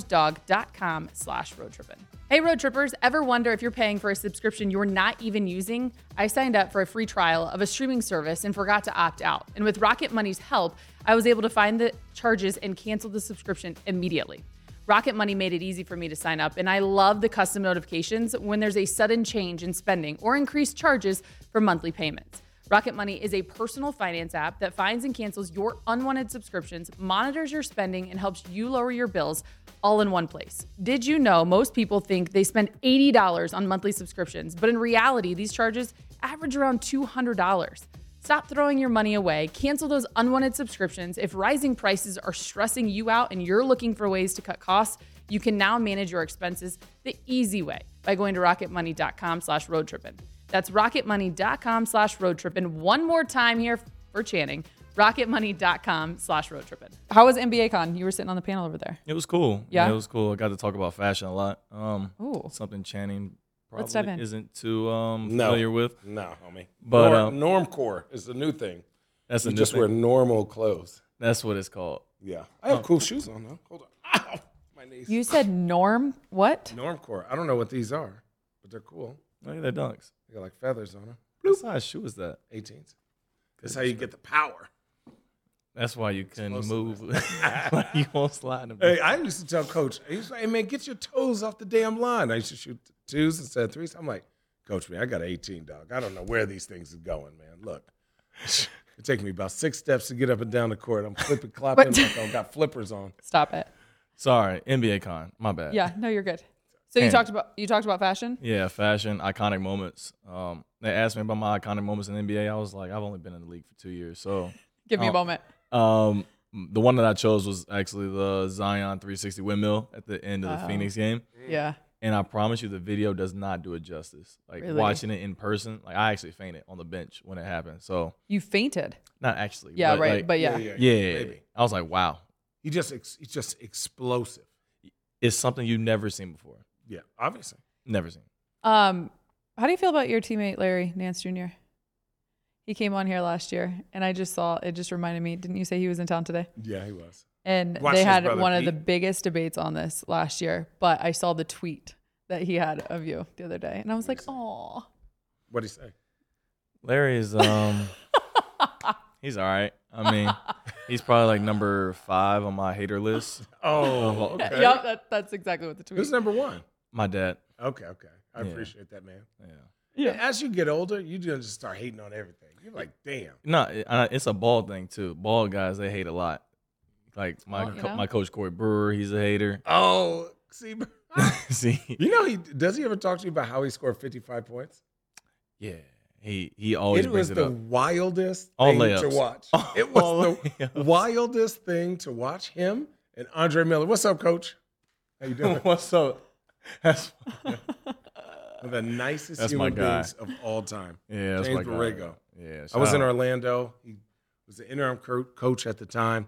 A: thefarmersdog.com slash roadtrippin. Hey, road trippers, ever wonder if you're paying for a subscription you're not even using? I signed up for a free trial of a streaming service and forgot to opt out. And with Rocket Money's help, I was able to find the charges and cancel the subscription immediately. Rocket Money made it easy for me to sign up, and I love the custom notifications when there's a sudden change in spending or increased charges for monthly payments. Rocket Money is a personal finance app that finds and cancels your unwanted subscriptions, monitors your spending, and helps you lower your bills all in one place. Did you know most people think they spend $80 on monthly subscriptions, but in reality, these charges average around $200? Stop throwing your money away. Cancel those unwanted subscriptions. If rising prices are stressing you out and you're looking for ways to cut costs, you can now manage your expenses the easy way by going to rocketmoney.com slash roadtrippin. That's rocketmoney.com slash roadtrippin. One more time here for Channing. Rocketmoney.com slash road tripping. How was NBA Con? You were sitting on the panel over there.
D: It was cool.
A: Yeah?
D: it was cool. I got to talk about fashion a lot. Um,
A: Ooh.
D: something Channing probably
A: Let's dive in.
D: isn't too um,
B: No.
D: familiar with.
B: No, homie.
D: But,
B: Norm, normcore is the new thing.
D: That's the
B: You
D: new
B: just
D: thing.
B: wear normal clothes.
D: That's what it's called.
B: Yeah, I have cool shoes on though. Hold on, Ow! my knees.
A: You said Norm what?
B: normcore. I don't know what these are, but they're cool.
D: Look at their dunks.
B: They got like feathers on them.
D: What size shoe is that?
B: 18s. That's how you get the power.
D: That's why you couldn't
B: Explosive.
D: move. like you won't slide them.
B: Hey, I used to tell coach, he was like, hey man, get your toes off the damn line. I used to shoot twos instead of threes. I'm like, coach, man, I got 18, dog. I don't know where these things is going, man. Look, it takes me about six steps to get up and down the court. I'm flipping, clopping,
A: But-
B: like I've got flippers on.
A: Stop it.
D: Sorry, NBA con. My bad.
A: Yeah, no, you're good. So you
D: And-
A: talked about you talked about fashion?
D: Yeah, fashion, iconic moments. Um, they asked me about my iconic moments in NBA. I was like, I've only been in the league for two years, so
A: Give me a
D: Oh.
A: moment.
D: Um, the one that I chose was actually the Zion 360 windmill at the end of the
A: Oh.
D: Phoenix game,
A: Yeah.
D: and I promise you, the video does not do it justice. Like
A: Really?
D: watching it in person, like I actually fainted on the bench when it happened. So
A: You fainted.
D: not actually,
A: Yeah,
D: but,
A: right.
D: like,
A: but yeah.
D: yeah, yeah, yeah.
B: Maybe.
D: I was like, wow,
B: He just, ex- he's just explosive.
D: it's something you've never seen before,
B: Yeah, obviously.
D: never seen.
A: Um, how do you feel about your teammate Larry Nance Jr.? He came on here last year, and I just saw it. Just reminded me. Didn't you say he was in town today?
B: Yeah, he was.
A: And
B: Watch
A: they
B: his
A: had
B: brother
A: one of the
B: Pete.
A: biggest debates on this last year. But I saw the tweet that he had of you the other day, and I was like, "Oh,
B: What'd he say?
D: Larry is um he's all right. I mean, he's probably like number five on my hater list.
B: Oh, okay.
A: yep, that, that's exactly what the tweet."
B: Who's number one?
D: My dad.
B: Okay, okay. I
D: Yeah.
B: appreciate that, man.
D: Yeah.
A: Yeah.
B: And As you get older, you just start hating on everything. You're like, damn.
D: No, it- I- it's a bald thing too. Bald guys they hate a lot. Like my
A: Well, you
D: co-
A: know.
D: my coach Corey Brewer, he's a hater.
B: Oh, see,
D: See,
B: you know, he does. He ever talk to you about how he scored 55 points?
D: yeah, he Oh, he always
B: it
D: brings
B: was
D: it
B: the
D: up.
B: wildest
D: All
B: thing to
D: layups.
B: watch.
D: All
B: it was the
D: layups.
B: wildest thing to watch him and Andre Miller. What's up, Coach? How you doing?
D: What's up? That's
B: One of the nicest
D: That's my
B: human
D: guy.
B: beings of all time.
D: yeah, that's
B: James
D: my guy.
B: Borrego.
D: Yeah,
B: I was
D: shout
B: in
D: out.
B: Orlando. He was the interim co- coach at the time,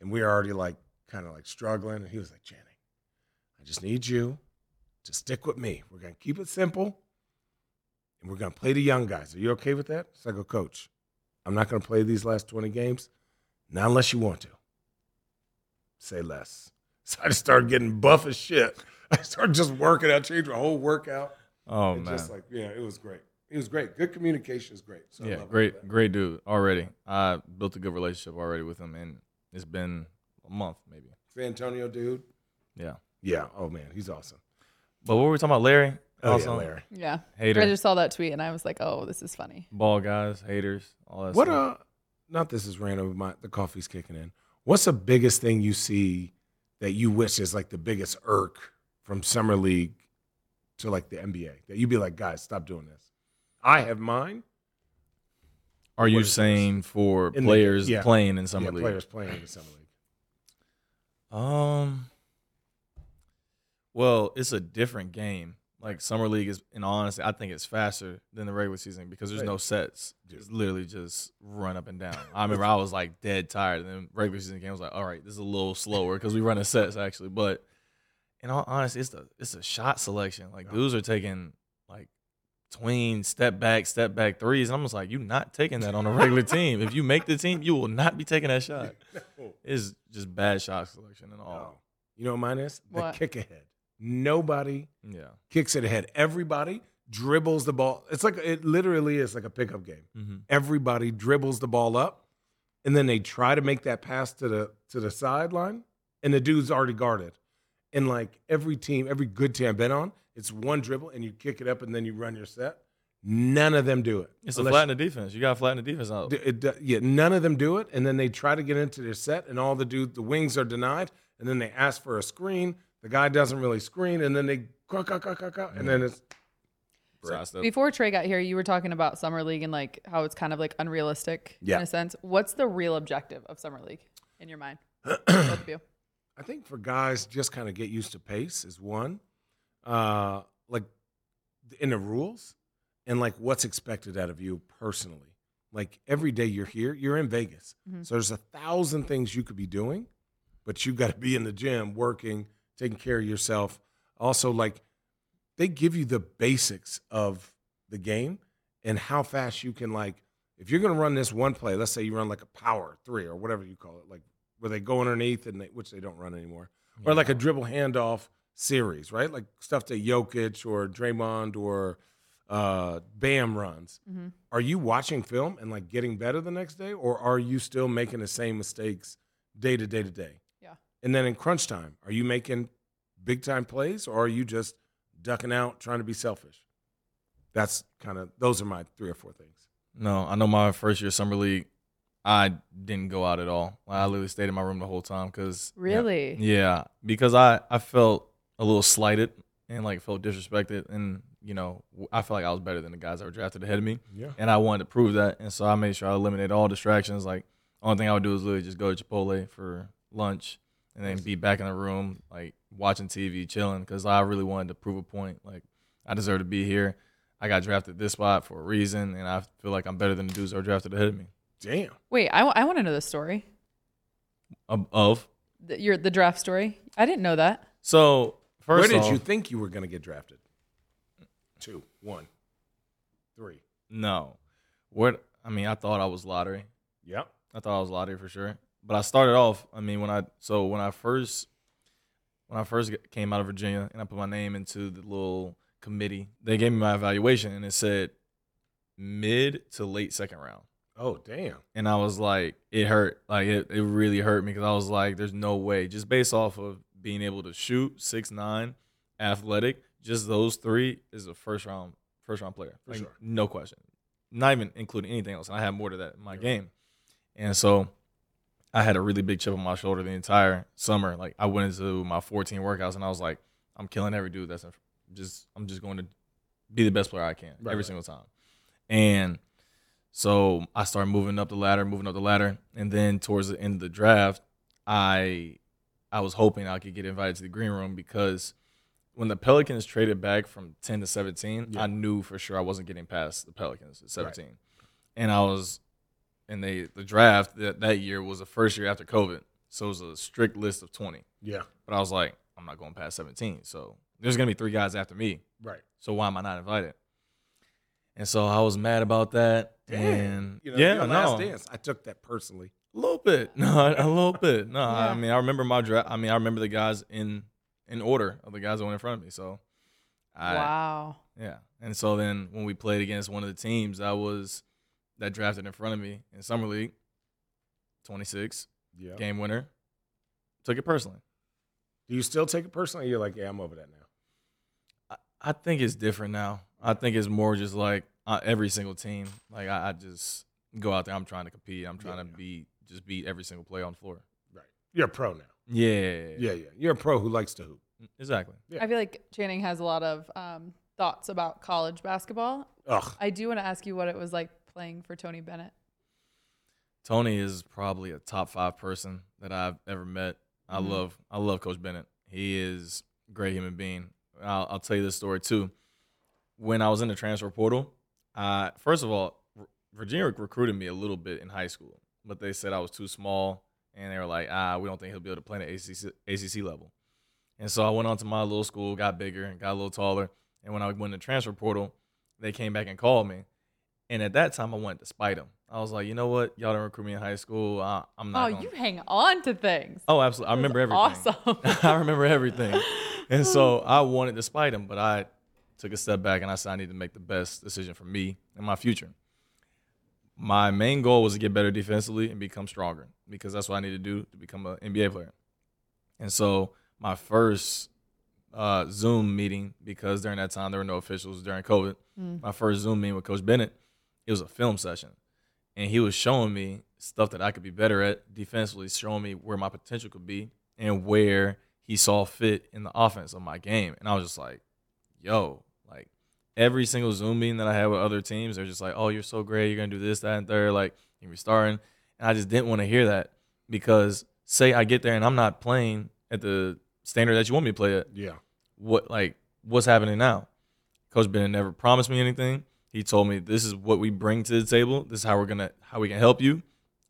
B: and we were already like kind of like struggling. And he was like, Channing, I just need you to stick with me. We're gonna keep it simple, and we're gonna play the young guys. Are you okay with that? So I go, Coach, I'm not gonna play these last 20 games, not unless you want to. Say less. So I just started getting buff as shit. I started just working. I changed my whole workout.
D: Oh
B: and
D: man,
B: just like, yeah, it was great. It was great. Good communication is great. So I
D: yeah,
B: love all
D: great,
B: that.
D: great dude. Already, I built a good relationship already with him, and it's been a month maybe.
B: San Antonio dude.
D: Yeah.
B: Yeah. Oh man, he's awesome.
D: But what were we talking about? Larry?
B: Oh
D: Also,
B: yeah, Larry.
A: yeah.
D: Hater.
A: I just saw that tweet, and I was like, "Oh, this is funny."
D: Ball guys, haters, all that
B: What
D: stuff.
B: uh? Not this is random. but My the coffee's kicking in. What's the biggest thing you see that you wish is like the biggest irk from summer league to like the NBA that you'd be like, guys, stop doing this. I have mine.
D: Are you
B: what is
D: saying for
B: In the-
D: players
B: yeah.
D: playing in summer
B: yeah,
D: league?
B: players playing in the summer league.
D: Um. Well, it's a different game. Like summer league is, in all honesty, I think it's faster than the regular season because there's
B: Right.
D: no sets. It's literally just run up and down. I remember I was like dead tired, and then regular season game I was like, all right, this is a little slower because we run in sets actually. But in all honesty, it's the it's a shot selection. Like
B: Yeah.
D: dudes are taking like tween step back, step back threes, and I'm just like, you're not taking that on a regular team. If you make the team, you will not be taking that shot
B: No. Oh.
D: is just bad shot selection and all.
B: You know what mine is? The
A: What?
B: kick ahead. Nobody
D: Yeah.
B: kicks it ahead. Everybody dribbles the ball. It's like it literally is like a pickup game.
D: Mm-hmm.
B: everybody dribbles the ball up and then they try to make that pass to the to the sideline and the dude's already guarded and like every team every good team i've been on it's one dribble and you kick it up and then you run your set none of them do it
D: It's a
B: Unless-
D: flatten the defense. You got to flatten the defense out.
B: D- it do- yeah none of them do it and then they try to get into their set and all the dude the wings are denied and then they ask for a screen the guy doesn't really screen and then they quack, quack, quack, quack, quack, and then it's
D: Side step.
A: Before Trey got here, you were talking about summer league and like how it's kind of like unrealistic
B: Yeah.
A: in a sense. What's the real objective of summer league in your mind? Both of you.
B: I think for guys, just kind of get used to pace is one, uh, like in the rules, and like what's expected out of you personally. Like every day you're here, you're in Vegas. So there's a thousand things you could be doing, but you got to be in the gym, working, taking care of yourself. Also, like they give you the basics of the game and how fast you can like if you're going to run this one play let's say you run like a power three or whatever you call it like where they go underneath and they, which they don't run anymore or like a dribble handoff series right like stuff that Jokic or Draymond or uh, Bam runs are you watching film and like getting better the next day or are you still making the same mistakes day to day to day
A: Yeah.
B: and then in crunch time, are you making big time plays or are you just ducking out, trying to be selfish? That's kind of those are my three or four things.
D: No, I know my first year summer league, I didn't go out at all. Like, I literally stayed in my room the whole time because
A: Really?
D: Yeah, because I I felt a little slighted and like felt disrespected, and you know w- I felt like I was better than the guys that were drafted ahead of me.
B: Yeah.
D: and I wanted to prove that, and so I made sure I eliminated all distractions. Like only thing I would do is literally just go to Chipotle for lunch, and then be back in the room like watching TV, chilling, because I really wanted to prove a point. Like I deserve to be here. I got drafted this spot for a reason, and I feel like I'm better than the dudes that were drafted ahead of me.
B: Damn.
A: Wait, I, want to know the story.
D: Of- Of
A: The, your the draft story. I didn't know that.
D: so first,
B: Where did
D: off-
B: you think you were going to get drafted? Two, one, three.
D: No. What I mean, I thought I was lottery.
B: Yep.
D: I thought I was lottery for sure. But I started off, I mean, when I so when I first when I first get- came out of Virginia and I put my name into the little committee, they gave me my evaluation and it said mid to late second round.
B: Oh, damn.
D: And I was like, it hurt. Like it, it really hurt me because I was like, there's no way. Just based off of being able to shoot six nine, athletic, just those three is a first round first round player.
B: For
D: Like,
B: sure.
D: No question. Not even including anything else. And I had more to that in my game. And so I had a really big chip on my shoulder the entire summer. Like I went into my 14 workouts and I was like, I'm killing every dude that's in, just I'm just going to be the best player I can
B: Right,
D: every
B: right.
D: single time. And so I started moving up the ladder, moving up the ladder, and then towards the end of the draft, I I was hoping I could get invited to the green room because when the Pelicans traded back from 10 to 17,
B: Yeah.
D: I knew for sure I wasn't getting past the Pelicans at 17. And I was and they the draft that, that year was the first year after COVID. So it was a strict list of 20.
B: Yeah.
D: But I was like, I'm not going past 17. So there's going to be three guys after me.
B: Right.
D: So why am I not invited? And so I was mad about that. And
B: You know,
D: yeah,
B: your
D: no,
B: last dance. I took that personally.
D: a little bit, no, a little bit, no.
A: Yeah.
D: I mean, I remember my draft. I mean, I remember the guys in in order of the guys that went in front of me. So, I,
A: wow.
D: yeah. And so then when we played against one of the teams that was that drafted in front of me in summer league, twenty six
B: Yeah.
D: game winner, took it personally.
B: Do you still take it personally? You're like, yeah, I'm over that now.
D: I- I think it's different now. I think it's more just like uh, every single team. Like I, I just go out there. I'm trying to compete. I'm trying
B: Yeah.
D: to beat just beat every single player on the floor.
B: Right. You're a pro now.
D: Yeah.
B: Yeah, yeah. You're a pro who likes to hoop.
D: Exactly.
B: Yeah.
A: I feel like Channing has a lot of um, thoughts about college basketball.
B: Ugh.
A: I do want to ask you what it was like playing for Tony Bennett.
D: Tony is probably a top five person that I've ever met. I
A: Mhm.
D: love I love Coach Bennett. He is a great human being. I'll, I'll tell you this story too. When I was in the transfer portal, I, first of all, R- Virginia recruited me a little bit in high school, but they said I was too small, and they were like, ah, we don't think he'll be able to play at ACC, ACC level. And so I went on to my little school, got bigger, and got a little taller. And when I went in the transfer portal, they came back and called me. And at that time, I wanted to spite them. I was like, you know what? Y'all didn't recruit me in high school. I, I'm not.
A: Oh,
D: gonna-
A: you hang on to things.
D: Oh, absolutely. I remember everything.
A: Awesome.
D: I remember everything. And so I wanted to spite him, but I took a step back and I said I need to make the best decision for me and my future. My main goal was to get better defensively and become stronger because that's what I need to do to become an NBA player. And so my first uh, Zoom meeting, because during that time there were no officials during COVID, my first Zoom meeting with Coach Bennett, it was a film session and he was showing me stuff that I could be better at defensively, showing me where my potential could be and where he saw fit in the offense of my game. And I was just like, yo, like every single Zoom meeting that I had with other teams, they're just like, oh, you're so great. You're going to do this, that, and third. Like, you're starting. And I just didn't want to hear that because, say, I get there and I'm not playing at the standard that you want me to play at
B: Yeah.
D: what like what's happening now. Coach Bennett never promised me anything. He told me this is what we bring to the table. This is how we're gonna how we can help you,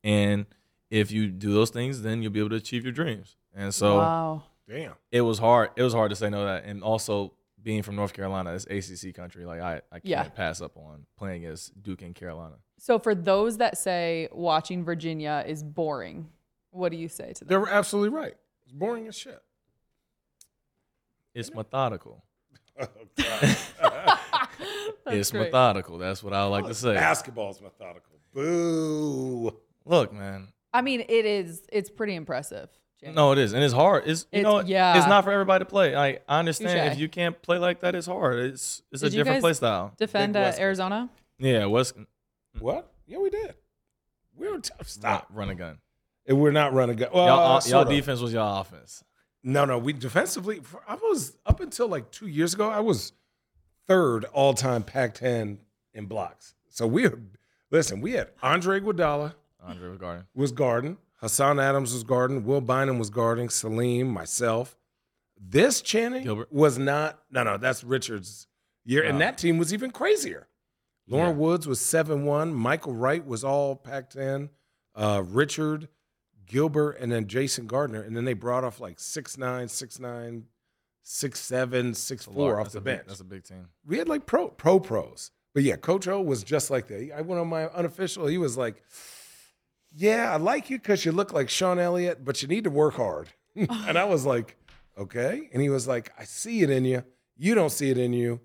D: and if you do those things, then you'll be able to achieve your dreams. And so
A: wow.
B: Damn.
D: it was hard. It was hard to say no to that, and also being from North Carolina, it's ACC country. Like I, I can't
A: Yeah.
D: pass up on playing as Duke and Carolina.
A: So for those that say watching Virginia is boring, what do you say to them?
B: They were absolutely right. It's boring as shit.
D: It's methodical.
A: That's
D: it's
A: great.
D: methodical. That's what I
B: Oh,
D: like to say.
B: Basketball's methodical. Boo.
D: Look, man.
A: I mean, it is. It's pretty impressive. Jamie.
D: No, it is, and it's hard. It's you
A: It's-
D: know,
A: yeah.
D: it's not for everybody to play. Like I understand
A: Touche.
D: if you can't play like that, it's hard. It's it's
A: Did
D: a
A: you
D: different
A: guys
D: play style.
A: Defend
B: Big
A: uh,
B: West.
A: Arizona.
D: Yeah, West
B: What? Yeah, we did. We were tough.
D: run,
B: Stop.
D: run a gun.
B: And we're not running good. Well,
D: Y'all,
B: uh,
D: y'all
B: sort of.
D: defense was y'all offense.
B: No, no. We defensively. For, I was up until like two years ago. I was third all time Pac-10 in blocks. So we are listen. We had Andre Iguodala
D: Andre Garden.
B: was guarding. Hassan Adams was guarding. Will Bynum was guarding. Salim, myself. This Channing
D: Gilbert.
B: was not. No, no. That's Richards' year, and
D: Oh.
B: that team was even crazier. Lauren Woods was seven one. Michael Wright was all Pac-10. Uh, Richard Gilbert and then Jason Gardner, and then they brought off like six nine, six nine, six seven, six
D: It's a
B: four
D: lot.
B: off
D: That's
B: the
D: a big-
B: bench.
D: that's a big team.
B: we had like pro pro pros, but yeah, Coach O was just like that. I went on my unofficial. He was like, "Yeah, I like you because you look like Sean Elliott, but you need to work hard." and I was like, "Okay," and he was like, "I see it in you. You don't see it in you.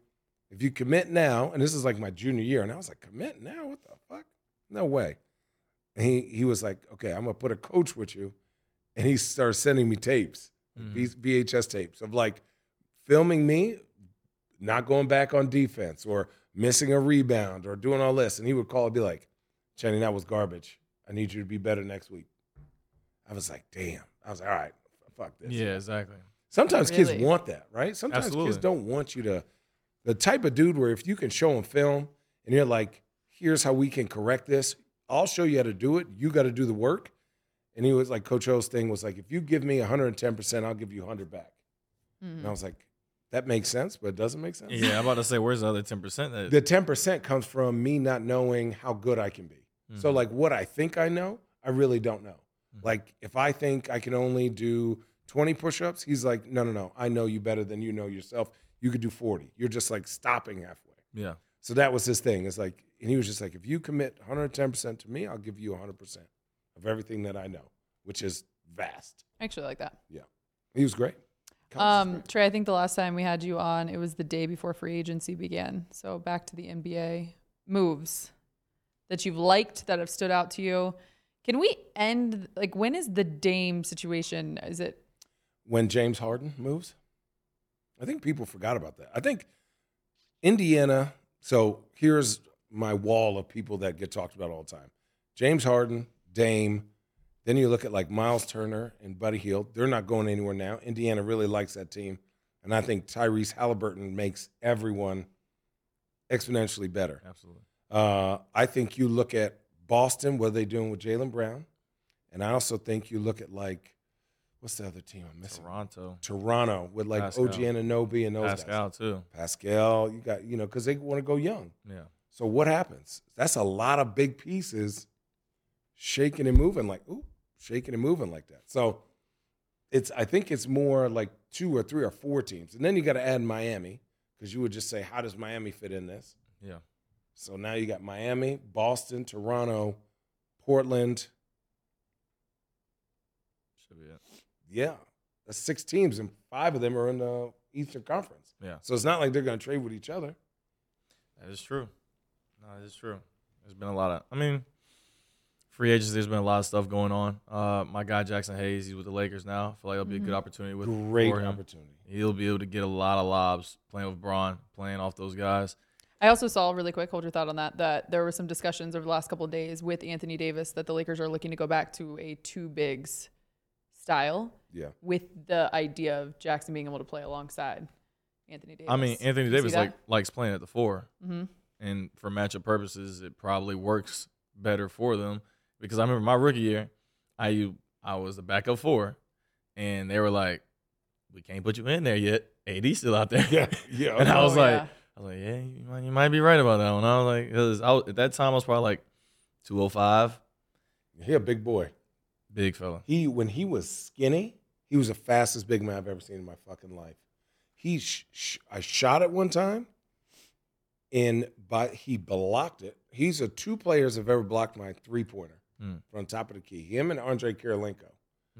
B: If you commit now, and this is like my junior year, and I was like, commit now? What the fuck? No way." And he he was like, "Okay, I'm gonna put a coach with you," and he started sending me tapes,
D: Mm-hmm.
B: these VHS tapes of like filming me not going back on defense or missing a rebound or doing all this. And he would call and be like, Channing, that was garbage. I need you to be better next week. I was like, damn. I was like, all right, fuck this.
D: Yeah, exactly.
B: Sometimes kids
A: Really?
B: want that, right? Sometimes kids
D: Absolutely.
B: don't want you to. The type of dude where if you can show them film and you're like, here's how we can correct this, I'll show you how to do it. You got to do the work. And he was like, Coach O's thing was like, if you give me 110%, I'll give you 100 back.
A: Mm-hmm.
B: And I was like, that makes sense, but it doesn't make sense
D: Yeah, I'm about to say, where's the other ten percent? That
B: the ten percent comes from me not knowing how good I can be. So
D: mm-hmm.
B: like what I think I know, I really don't know. Like if I think I can only do twenty push-ups, he's like, no, no, no, I know you better than you know yourself. You could do forty. You're just like stopping halfway.
D: yeah,
B: So that was his thing. It's like, and he was just like, if you commit 110 percent to me, I'll give you 100 percent of everything that I know, which is vast.
A: Actually, like that.
B: Yeah, he was great. Coach was
A: Um, Trey, I think the last time we had you on, it was the day before free agency began. So back to the NBA moves that you've liked that have stood out to you. Can we end like when is the Dame situation? Is it
B: when James Harden moves. I think people forgot about that. I think Indiana. So here's my wall of people that get talked about all the time: James Harden, Dame. Then you look at like Miles Turner and Buddy Hield. They're not going anywhere now. Indiana really likes that team, and I think Tyrese Halliburton makes everyone exponentially better.
D: absolutely.
B: Uh, I think you look at Boston, what are they doing with Jalen Brown, and I also think you look at like what's the other team I'm missing?
D: Toronto,
B: Toronto with like
D: Pascal.
B: OG Ananobi and those guys.
D: Pascal too.
B: Pascal, you got you know because they want to go young.
D: Yeah,
B: So what happens? That's a lot of big pieces shaking and moving like ooh, shaking and moving like that. So it's I think it's more like two or three or four teams, and then you got to add Miami because you would just say how does Miami fit in this?
D: yeah.
B: So now you got Miami, Boston, Toronto, Portland.
D: Should be it.
B: Yeah, that's six teams, and five of them are in the Eastern Conference.
D: Yeah,
B: So it's not like they're going to trade with each other.
D: that is true. No, it is true. There's been a lot of. I mean, free agency. There's been a lot of stuff going on. Uh, my guy Jackson Hayes, he's with the Lakers now. I feel like it'll be a good opportunity with
B: Great
D: for him.
B: opportunity.
D: He'll be able to get a lot of lobs playing with Braun, playing off those guys.
A: I also saw really quick, hold your thought on that, that there were some discussions over the last couple of days with Anthony Davis that the Lakers are looking to go back to a two bigs style
B: Yeah.
A: with the idea of Jackson being able to play alongside Anthony Davis.
D: I mean, Anthony
A: Did you see
D: Davis
A: that?
D: like likes playing at the 4
A: Mhm.
D: and for matchup purposes, it probably works better for them because I remember my rookie year, I I was the backup four, and they were like, "We can't put you in there yet. AD's still out there."
B: Yeah. Uh, Yeah.
D: and I
A: Oh,
D: was like,
A: yeah.
D: I was like, yeah, you might, you might be right about that one. I was like, because I was, at that time I was probably like 205,
B: He a big boy.
D: big fella.
B: He when he was skinny, he was the fastest big man I've ever seen in my fucking life. He sh- sh- I shot it one time, and but he blocked it. He's a two players have ever blocked my three pointer
D: Hmm.
B: from top of the key. Him and Andre Kirilenko.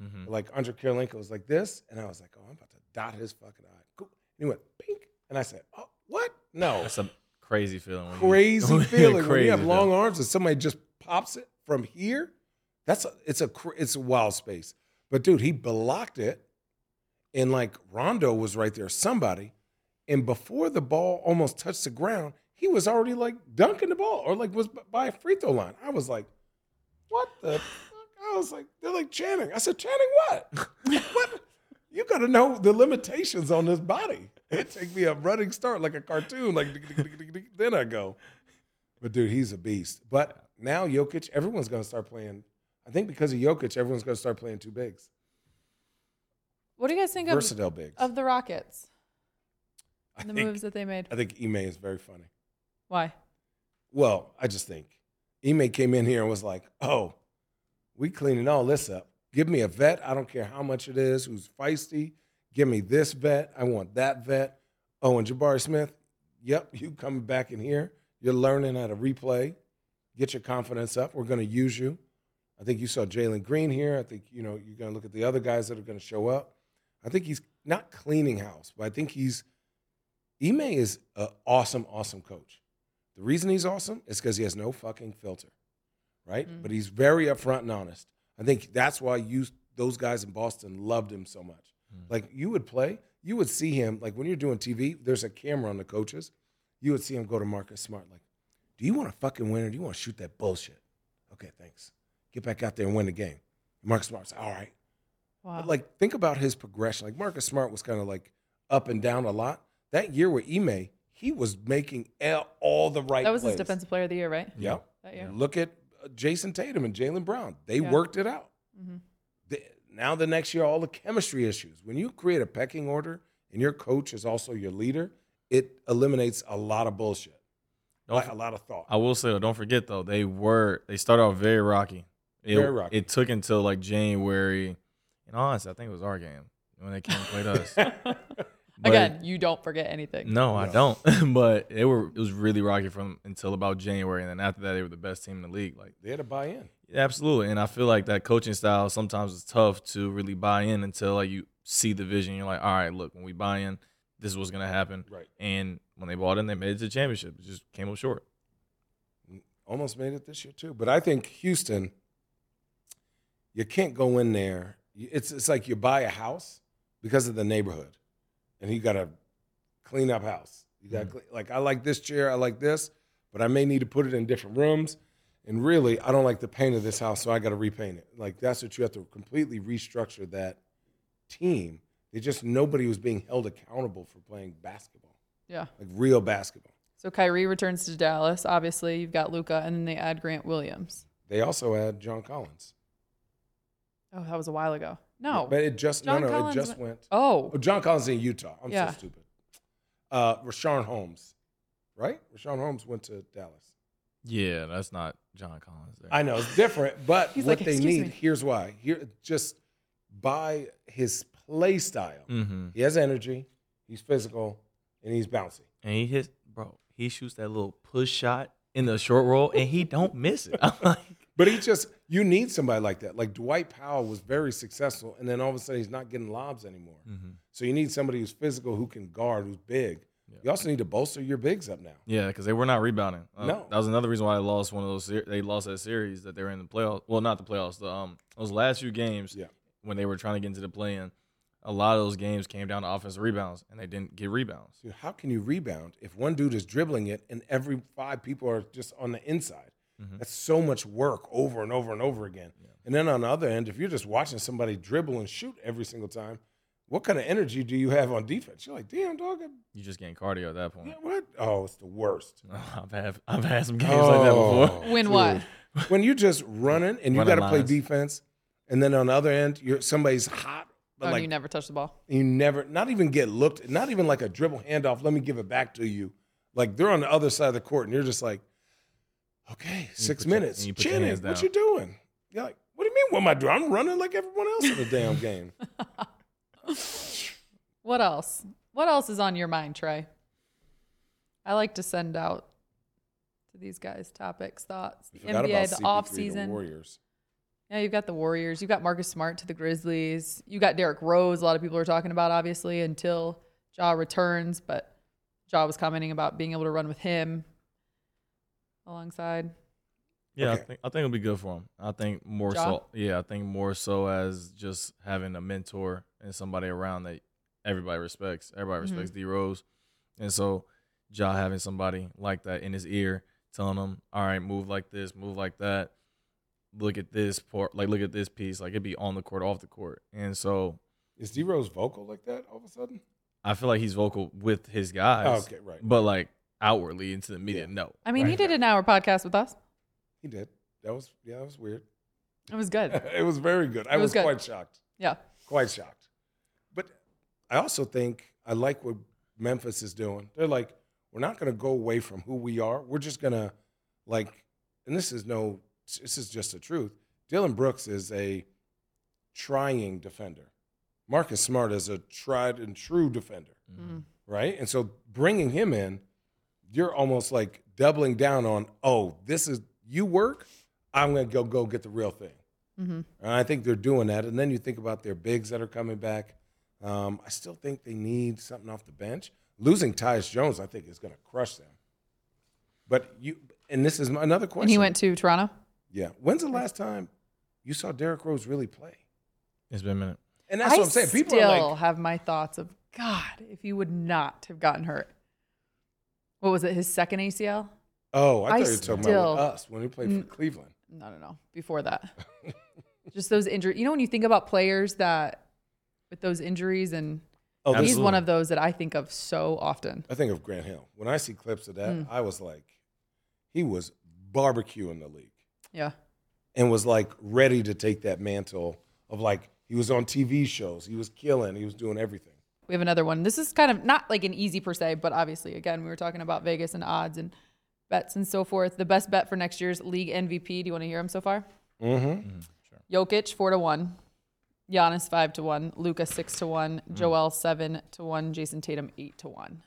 D: Mm-hmm.
B: Like Andre Kirilenko was like this, and I was like, oh, I'm about to dot his fucking eye. Cool. And he went pink, and I said, oh, what? No,
D: That's a crazy feeling. when you-
B: crazy feeling when
D: Crazy
B: you have long
D: feeling.
B: arms and somebody just pops it from here. That's a, it's a cr- it's a wild space. But dude, he blocked it, and like Rondo was right there, somebody, and before the ball almost touched the ground, he was already like dunking the ball or like was b- by a free throw line. I was like, what the. fuck? I was like, they're like Channing. I said, Channing, what? what? You got to know the limitations on this body. It take me a running start like a cartoon. Like then I go. But dude, he's a beast. But now Jokic, everyone's going to start playing. I think because of Jokic, everyone's going to start playing two bigs,
A: What do you guys think of,
B: versatile bigs.
A: of the Rockets?
B: I
A: The
B: think-
A: moves that they made.
B: I think Ime is very funny.
A: Why?
B: Well, I just think Ime came in here and was like, "Oh, we cleaning all this up. Give me a vet. I don't care how much it is. Who's feisty? Give me this vet. I want that vet. Oh, and Jabari Smith. Yep, you coming back in here? You're learning how to replay. Get your confidence up. We're going to use you. I think you saw Jalen Green here. I think you know you're going to look at the other guys that are going to show up. I think he's not cleaning house, but I think he's Ime is an awesome, awesome coach. The reason he's awesome is because he has no fucking filter, right? But he's very upfront and honest. I think that's why you those guys in Boston loved him so much. Like you would play, you would see him like when you're doing TV. There's a camera on the coaches. You would see him go to Marcus Smart like, "Do you want to fucking win or do you want to shoot that bullshit?" Okay, thanks. Get back out there and win the game. Marcus Smart's all right.
A: Wow.
B: But, like, think about his progression. Like, Marcus Smart was kind of like up and down a lot. That year with Ime, he was making el- all the right
A: that was his
B: plays.
A: defensive player of the year, right?
B: Yep.
A: That year.
B: Look at uh, Jason Tatum and Jalen Brown. They
A: Yeah.
B: worked it out.
A: Mhm.
B: The- now, the next year, all the chemistry issues. When you create a pecking order and your coach is also your leader, it eliminates a lot of bullshit, like, a lot of thought.
D: I will say though, don't forget though, they were they started off very rocky. It,
B: Very rocky.
D: It took until like January, and honestly, I think it was our game when they came and played us. But-
A: Again, you don't forget anything.
D: no, I
B: No.
D: don't. but they were it was really rocky from until about January, and then after that, they were the best team in the league. Like
B: they had to buy in.
D: absolutely, and I feel like that coaching style sometimes is tough to really buy in until like you see the vision. You're like, all right, look, when we buy in, this is what's gonna happen.
B: Right.
D: And when they bought in, they made it to the championship. It just came up short.
B: almost made it this year too. But I think Houston, you can't go in there. It's it's like you buy a house because of the neighborhood, and you got to clean up house. You got to like I like this chair, I like this, but I may need to put it in different rooms. And really, I don't like the paint of this house, so I got to repaint it. Like that's what you have to completely restructure that team. They just nobody was being held accountable for playing basketball,
A: Yeah.
B: like real basketball.
A: So Kyrie returns to Dallas. Obviously, you've got Luca, and then they add Grant Williams.
B: They also had John Collins.
A: Oh, that was a while ago. No.
B: but it just
A: John
B: no no
A: Collins
B: it just
A: went-
B: went.
A: oh,
B: Oh, John Collins is in Utah. I'm
A: Yeah.
B: so stupid. Uh, Rashawn Holmes, right? Rashawn Holmes went to Dallas.
D: Yeah, that's not John Collins. There.
B: I know it's different, but
A: He's
B: what
A: like,
B: they
A: "Excuse
B: need
A: me."
B: here's why. Here, just by his play style,
D: Mm-hmm.
B: he has energy, he's physical, and he's bouncy.
D: and he hits, bro. He shoots that little push shot in the short roll, and he don't miss it. I'm like,
B: But he just you need somebody like that. Like Dwight Powell was very successful, and then all of a sudden he's not getting lobs anymore. So you need somebody who's physical, who can guard, who's big. You also need to bolster your bigs up now.
D: yeah, because they were not rebounding. Uh,
B: No.
D: that was another reason why they lost one of those. Ser- they lost that series that they were in the playoffs. Well, not the playoffs. The um those last few games
B: Yeah.
D: when they were trying to get into the play-in, a lot of those games came down to offensive rebounds, and they didn't get rebounds.
B: Dude, how can you rebound if one dude is dribbling it and every five people are just on the inside?
D: Mm-hmm.
B: That's so much work over and over and over again. And then on the other end, if you're just watching somebody dribble and shoot every single time, what kind of energy do you have on defense? You're like, damn, dog, I-
D: You just gained cardio at that
B: yeah,
D: point.
B: what? Oh, it's the worst.
D: I've had I've had some games like that before.
B: Oh,
A: When what?
B: dude. When you're just running and you
D: Running
B: got to play
D: lines.
B: defense, and then on the other end, you're somebody's hot, but
A: oh,
B: like
A: you never touch the ball.
B: you never, not even get looked, not even like a dribble handoff. Let me give it back to you. Like they're on the other side of the court, and you're just like, okay, six
D: put your-
B: minutes.
D: and you put your
B: Channing,
D: hands
B: what
D: down.
B: you doing? You're like, what do you mean? What am I doing? I'm running like everyone else in the damn game.
A: What else? What else is on your mind, Trey? I like to send out to these guys topics, thoughts, the
B: Forgot
A: NBA, the
B: CP3 to
A: off season.
B: Warriors.
A: Yeah, you've got the Warriors. You've got Marcus Smart to the Grizzlies. You got Derrick Rose. A lot of people are talking about, obviously, until Ja returns. But Ja was commenting about being able to run with him alongside.
D: Yeah,
B: Okay.
D: I think I think it'll be good for him. I think more
A: Ja?
D: so. Yeah, I think more so as just having a mentor and somebody around that everybody respects. Everybody
B: Mm-hmm.
D: respects D Rose, and so Ja having somebody like that in his ear, telling him, "All right, move like this, move like that. Look at this part. Like look at this piece. Like it'd be on the court, off the court." And so
B: Is D Rose vocal like that all of a sudden? Oh,
D: I feel like he's vocal with his guys.
B: okay, right.
D: But like outwardly into the media, no.
A: I mean, he did an hour podcast with us.
B: He did. That was yeah, that was weird.
A: It was good.
B: it was very good. I
A: It was
B: was,
A: good.
B: quite shocked.
A: Yeah.
B: Quite shocked. But I also think I like what Memphis is doing. They're like, we're not going to go away from who we are. We're just going to like, and this is no, this is just the truth. Dylan Brooks is a trying defender. Marcus Smart is a tried and true defender, right? And so bringing him in, you're almost like doubling down on, oh, this is you work. I'm going to go go get the real thing.
A: Mm-hmm.
B: And I think they're doing that. And then you think about their bigs that are coming back. Um, I still think they need something off the bench. Losing Tyus Jones, I think, is going to crush them. But you, and this is my- another question.
A: And he went to Toronto.
B: Yeah. When's the last time you saw Derrick Rose really play?
D: It's been a minute.
B: And that's
A: I
B: what I'm saying. People
A: still
B: are like,
A: have my thoughts of God, if you would not have gotten hurt. What was it? His second ACL?
B: oh,
A: I
B: I thought you were talking about
A: still-
B: with us when we played for Cleveland.
A: No, no, no. Before that, just those injuries. You know, when you think about players that with those injuries, and
B: Oh,
A: he's
D: Absolutely.
A: one of those that I think of so often.
B: I think of Grant Hill. When I see clips of that,
A: Mm.
B: I was like, he was barbecuing the league.
A: Yeah,
B: and was like ready to take that mantle of like he was on TV shows, he was killing, he was doing everything.
A: we have another one. This is kind of not like an easy per se, but obviously, again, we were talking about Vegas and odds and bets and so forth. The best bet for next year's league MVP. Do you want to hear him so far?
B: Mm-hmm.
A: Jokic four to one, Giannis five to one, Luca six to one, Joel seven to one, Jason Tatum eight to one.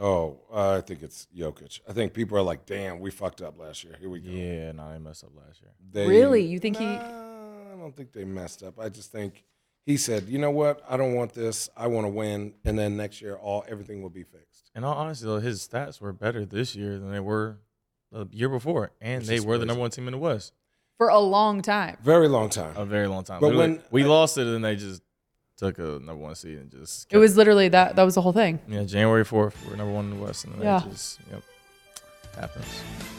B: Oh, I think it's Jokic. I think people are like, "Damn, we fucked up last year. Here we go."
D: Yeah, no, they messed up last year.
B: They-
A: Really? You think he-
B: Nah, I don't think they messed up. I just think he said, "You know what? I don't want this. I want to win." And then next year, all everything will be fixed.
D: And all honesty, though, his stats were better this year than they were the year before, and
B: Which
D: they
B: is
D: were the
B: crazy.
D: number one team in the West
A: For a long time.
B: Very long time.
D: a very long time.
B: But
D: Literally,
B: when-
D: we lost it, and they just took a number one seed and just
A: It
D: kept-
A: was literally that. That was the whole thing.
D: yeah January fourth, we're number one in the West, and then
A: Yeah.
D: it just yep happens.